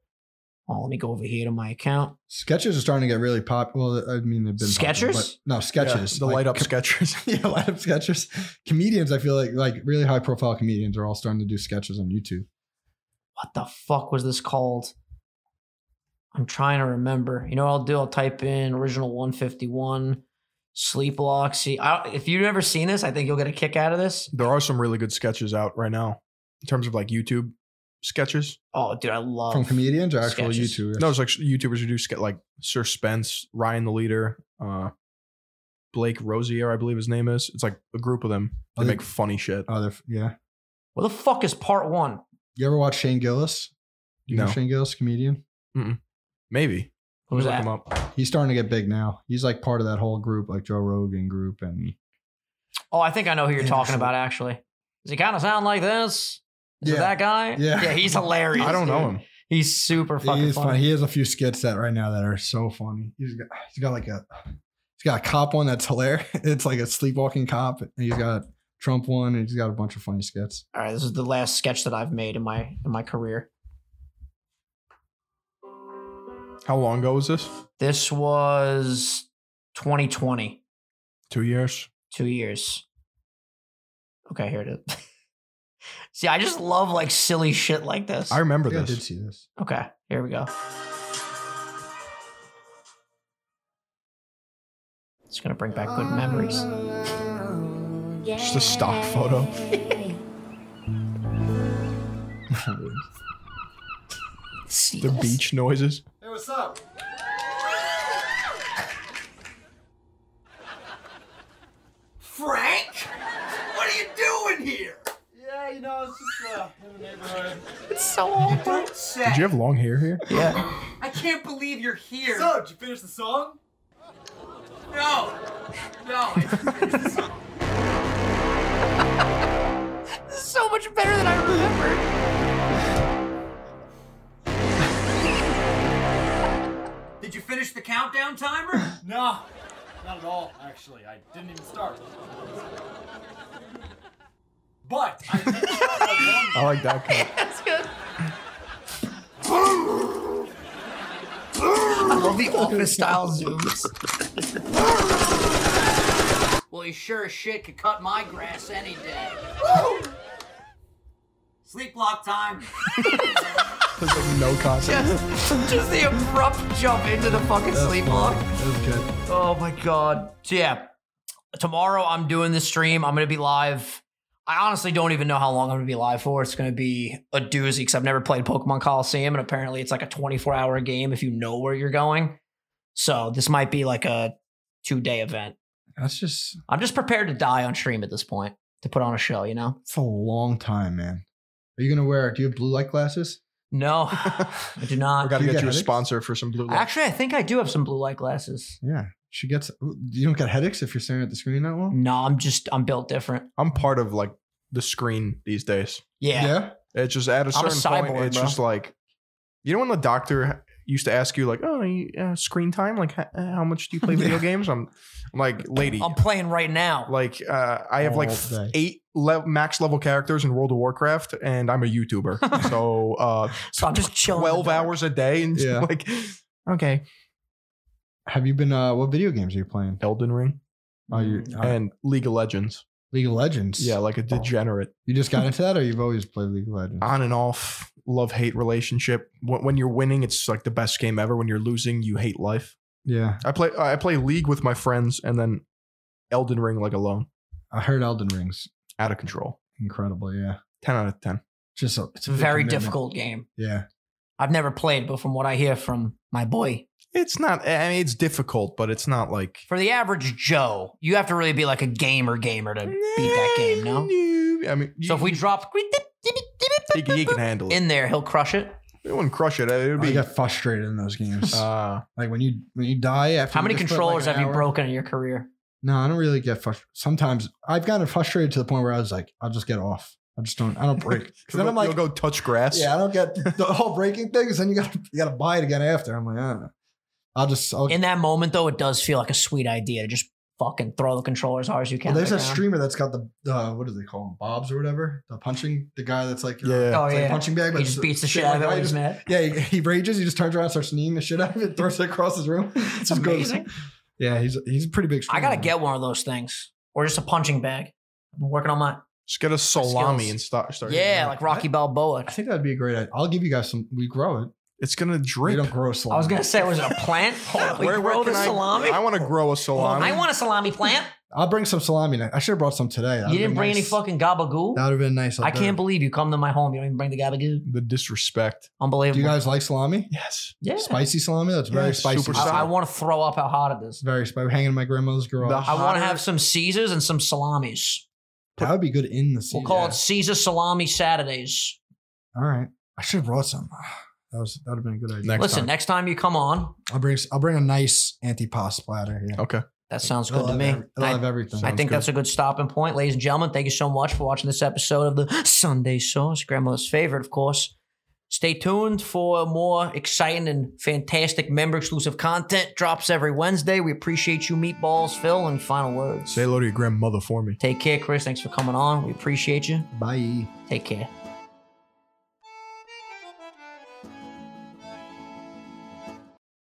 A: Oh, let me go over here to my account.
B: Sketches are starting to get really popular. Well, I mean, they've been popular,
A: Skechers?
B: but- no, sketches.
C: Yeah, the light up sketchers.
B: yeah, light up sketches. Comedians, I feel like like really high profile comedians are all starting to do sketches on YouTube.
A: What the fuck was this called? I'm trying to remember. You know what I'll do? I'll type in original 151 Sleepwalk. See, I, if you've never seen this, I think you'll get a kick out of this.
C: There are some really good sketches out right now in terms of like YouTube sketches.
A: Oh, dude, I love
B: From comedians or actual
A: sketches.
B: YouTubers?
C: No, it's like YouTubers who do sketch like Sir Spence, Ryan the Leader, uh, Blake Rosier, I believe his name is. It's like a group of them. They
B: Are they-
C: make funny shit.
B: Oh, they're, f- yeah.
A: What the fuck is part one?
B: You ever watch Shane Gillis? Do you
C: No.
B: know Shane Gillis, comedian?
C: Maybe. Let me
A: Who's
C: look
A: that?
C: him up.
B: He's starting to get big now. He's like part of that whole group, like Joe Rogan group, and
A: Oh, I think I know who you're
B: Yeah,
A: talking
B: sure.
A: about. Actually, does he kind of sound like this? Is it
B: Yeah.
A: that guy?
B: Yeah.
A: yeah, he's hilarious.
C: I don't know
A: dude.
C: him.
A: He's super
B: he
A: fucking
B: is
A: funny.
B: funny. He has a few skits that right now that are so funny. He's got he's got like a he's got a cop one that's hilarious. It's like a sleepwalking cop, and he's got Trump one, and he's got a bunch of funny skits.
A: All right, this is the last sketch that I've made in my in my career.
C: How long ago was this?
A: This was 2020,
C: Two years.
A: two years. Okay, here it is. See, I just love like silly shit like this.
C: I remember
B: I, think I did
C: this.
B: see this.
A: Okay, here we go. It's gonna bring back good memories.
C: Just a stock photo. The beach noises.
B: Hey, what's up?
A: Frank, what are you doing here?
B: Yeah, you know, I was just uh, in the neighborhood.
A: It's so awkward.
C: Did you have long hair here?
A: Yeah.
E: I can't believe you're here.
B: So, did you finish the song?
E: no, no.
A: This is so much better than I remembered.
E: Did you finish the countdown timer?
F: No, not at all, actually. I didn't even start. But I did start that
C: I like that cut.
A: That's good. I love the office style zooms.
E: well, you sure as shit could cut my grass any day. Sleep block time.
C: There's like no concept.
A: Just, just the abrupt jump into the fucking sleepwalk.
B: That was good.
A: Oh my god. So yeah. Tomorrow I'm doing the stream. I'm gonna be live. I honestly don't even know how long I'm gonna be live for. It's gonna be a doozy because I've never played Pokemon Coliseum, and apparently it's like a 24 hour game if you know where you're going. So this might be like a two day event.
B: That's just
A: I'm just prepared to die on stream at this point to put on a show, you know?
B: it's a long time, man. Are you gonna wear? Do you have blue light glasses?
A: No, I do
C: We
A: not.
C: gotta
B: You
C: get
B: got
C: you a
B: headaches?
C: sponsor for some blue light.
A: Actually, I think I do have some blue light glasses.
B: Yeah, she gets. You don't get headaches if you're staring at the screen that long.
A: No, I'm just I'm built different.
C: I'm part of like the screen these days.
A: Yeah.
C: It's just at a
A: I'm a
C: certain point,
A: cyborg,
C: it's
A: bro.
C: just like, you know, when the doctor used to ask you like, oh, you- uh, screen time, like h- uh, how much do you play video games? I'm, I'm like, lady,
A: I'm playing right now.
C: like uh, I have like
B: All
C: f-
B: day.
C: eight le- max level characters in World of Warcraft, and I'm a YouTuber, so uh,
A: so I'm just chilling. in the
C: twelve
A: dark.
C: hours a day, and
B: Yeah.
C: like, okay,
B: Have you been? uh What video games are you playing?
C: Elden Ring
B: Are you uh,
C: and League of Legends.
B: League of Legends?
C: Mm. Yeah,
A: Oh.
C: like a degenerate.
B: You just got into that, or you've always played League of Legends?
C: on and off love hate relationship. Wh- When you're winning, it's like the best game ever. When you're losing, you hate life.
B: yeah,
C: I play I play League with my friends, and then Elden Ring like alone,
B: I heard Elden Ring's
C: out of control.
B: incredible. Yeah,
C: Ten out of ten.
B: just a, it's
A: It's
B: a
A: a
B: big
A: very
B: commitment.
A: difficult game.
B: Yeah,
A: I've never played, but from what I hear from my boy,
C: It's not. I mean, it's difficult, but it's not like
A: for the average Joe, you have to really be like a gamer gamer to beat that game, no?
C: No. I mean, you,
A: So if we drop
C: he, can- he can handle it.
A: in there, he'll crush it.
C: It wouldn't crush it. It would
B: I
C: be.
B: get frustrated in those games.
C: Uh,
B: like when you when you die after.
A: How
B: you
A: many
B: just put,
A: controllers
B: like,
A: have
B: an
A: you
B: hour-
A: broken in your career?
B: No, I don't really get frustrated. Sometimes I've gotten frustrated to the point where I was like, I'll just get off. I just don't. I don't break. 'Cause
C: you'll
B: then
C: go-
B: I'm like,
C: you'll go touch grass.
B: yeah, I don't get the whole breaking thing. 'cause Then you got to you got to buy it again after. I'm like, I don't know. I'll just. I'll,
A: In that moment, though, it does feel like a sweet idea to just fucking throw the controller as hard as you can.
B: Well, there's
A: on
B: a
A: the ground.
B: streamer that's got the uh, what do they call him? Bobs or whatever. The punching the guy that's like uh,
C: Yeah.
A: Oh,
B: it's like
A: yeah.
B: a punching bag.
A: He
B: but
A: just
B: it's-
A: beats the
B: it's
A: shit
B: like,
A: out of it
B: I
A: when he's
B: just-
A: mad.
B: Yeah, he, he rages. He just turns around, and starts kneeing the shit out of it, throws it across his room. It's
A: amazing.
B: Yeah, he's he's a pretty big.
A: I gotta
B: streamer.
A: get one of those things, or just a punching bag. I've been working on my
C: Just get a salami
A: Skills.
C: and start. start eating
A: yeah,
C: that.
A: like Rocky Balboa.
B: I think that'd be a great. idea. I'll give you guys some. We grow it.
C: It's gonna
B: They
C: drip.
B: don't grow
A: I
B: salami.
A: was gonna say, was it a plant? Hold on, we
C: Oh, Where- where
A: grow the
C: can I- Oh,
A: salami.
C: I want to grow a salami.
A: I want a salami plant.
B: I'll bring some salami. Next. I should have brought some today. That
A: You
B: would've
A: didn't
B: been
A: bring any
B: nice.
A: fucking gabagool.
B: That would have been nice.
A: I can't believe you come to my home. You don't even bring the gabagool.
C: the disrespect.
B: Do
A: Unbelievable.
B: you guys like salami?
C: Yes.
A: yeah.
B: Spicy salami? That's very
C: Yeah,
B: spicy.
C: super
A: I,
C: salami.
A: I want to throw up how hot it
B: It's
A: is.
B: very spicy. We're hanging in my grandmother's garage.
C: The-
A: I want to
C: Hotter.
A: have some Caesars and some salamis.
B: that would be good in the season.
A: We'll call it Caesar Salami Saturdays.
B: All right. I should have brought some. That was that would have been a good idea.
C: Next
A: Listen,
C: time.
A: next time you come on,
B: I'll bring I'll bring a nice antipasto platter. Yeah.
C: Okay.
A: that sounds
B: They'll
A: Oh, good to
B: have
A: me.
B: every- they'll
A: I-
B: have everything.
A: I think
C: good.
A: that's a good stopping point, ladies and gentlemen. Thank you so much for watching this episode of the Sunday Sauce, Grandma's favorite, of course. Stay tuned for more exciting and fantastic member exclusive content. Drops every Wednesday. We appreciate you, Meatballs, Phil, and final words.
C: Say hello to your grandmother for me.
A: Take care, Chris. Thanks for coming on. We appreciate you.
B: Bye.
A: Take care.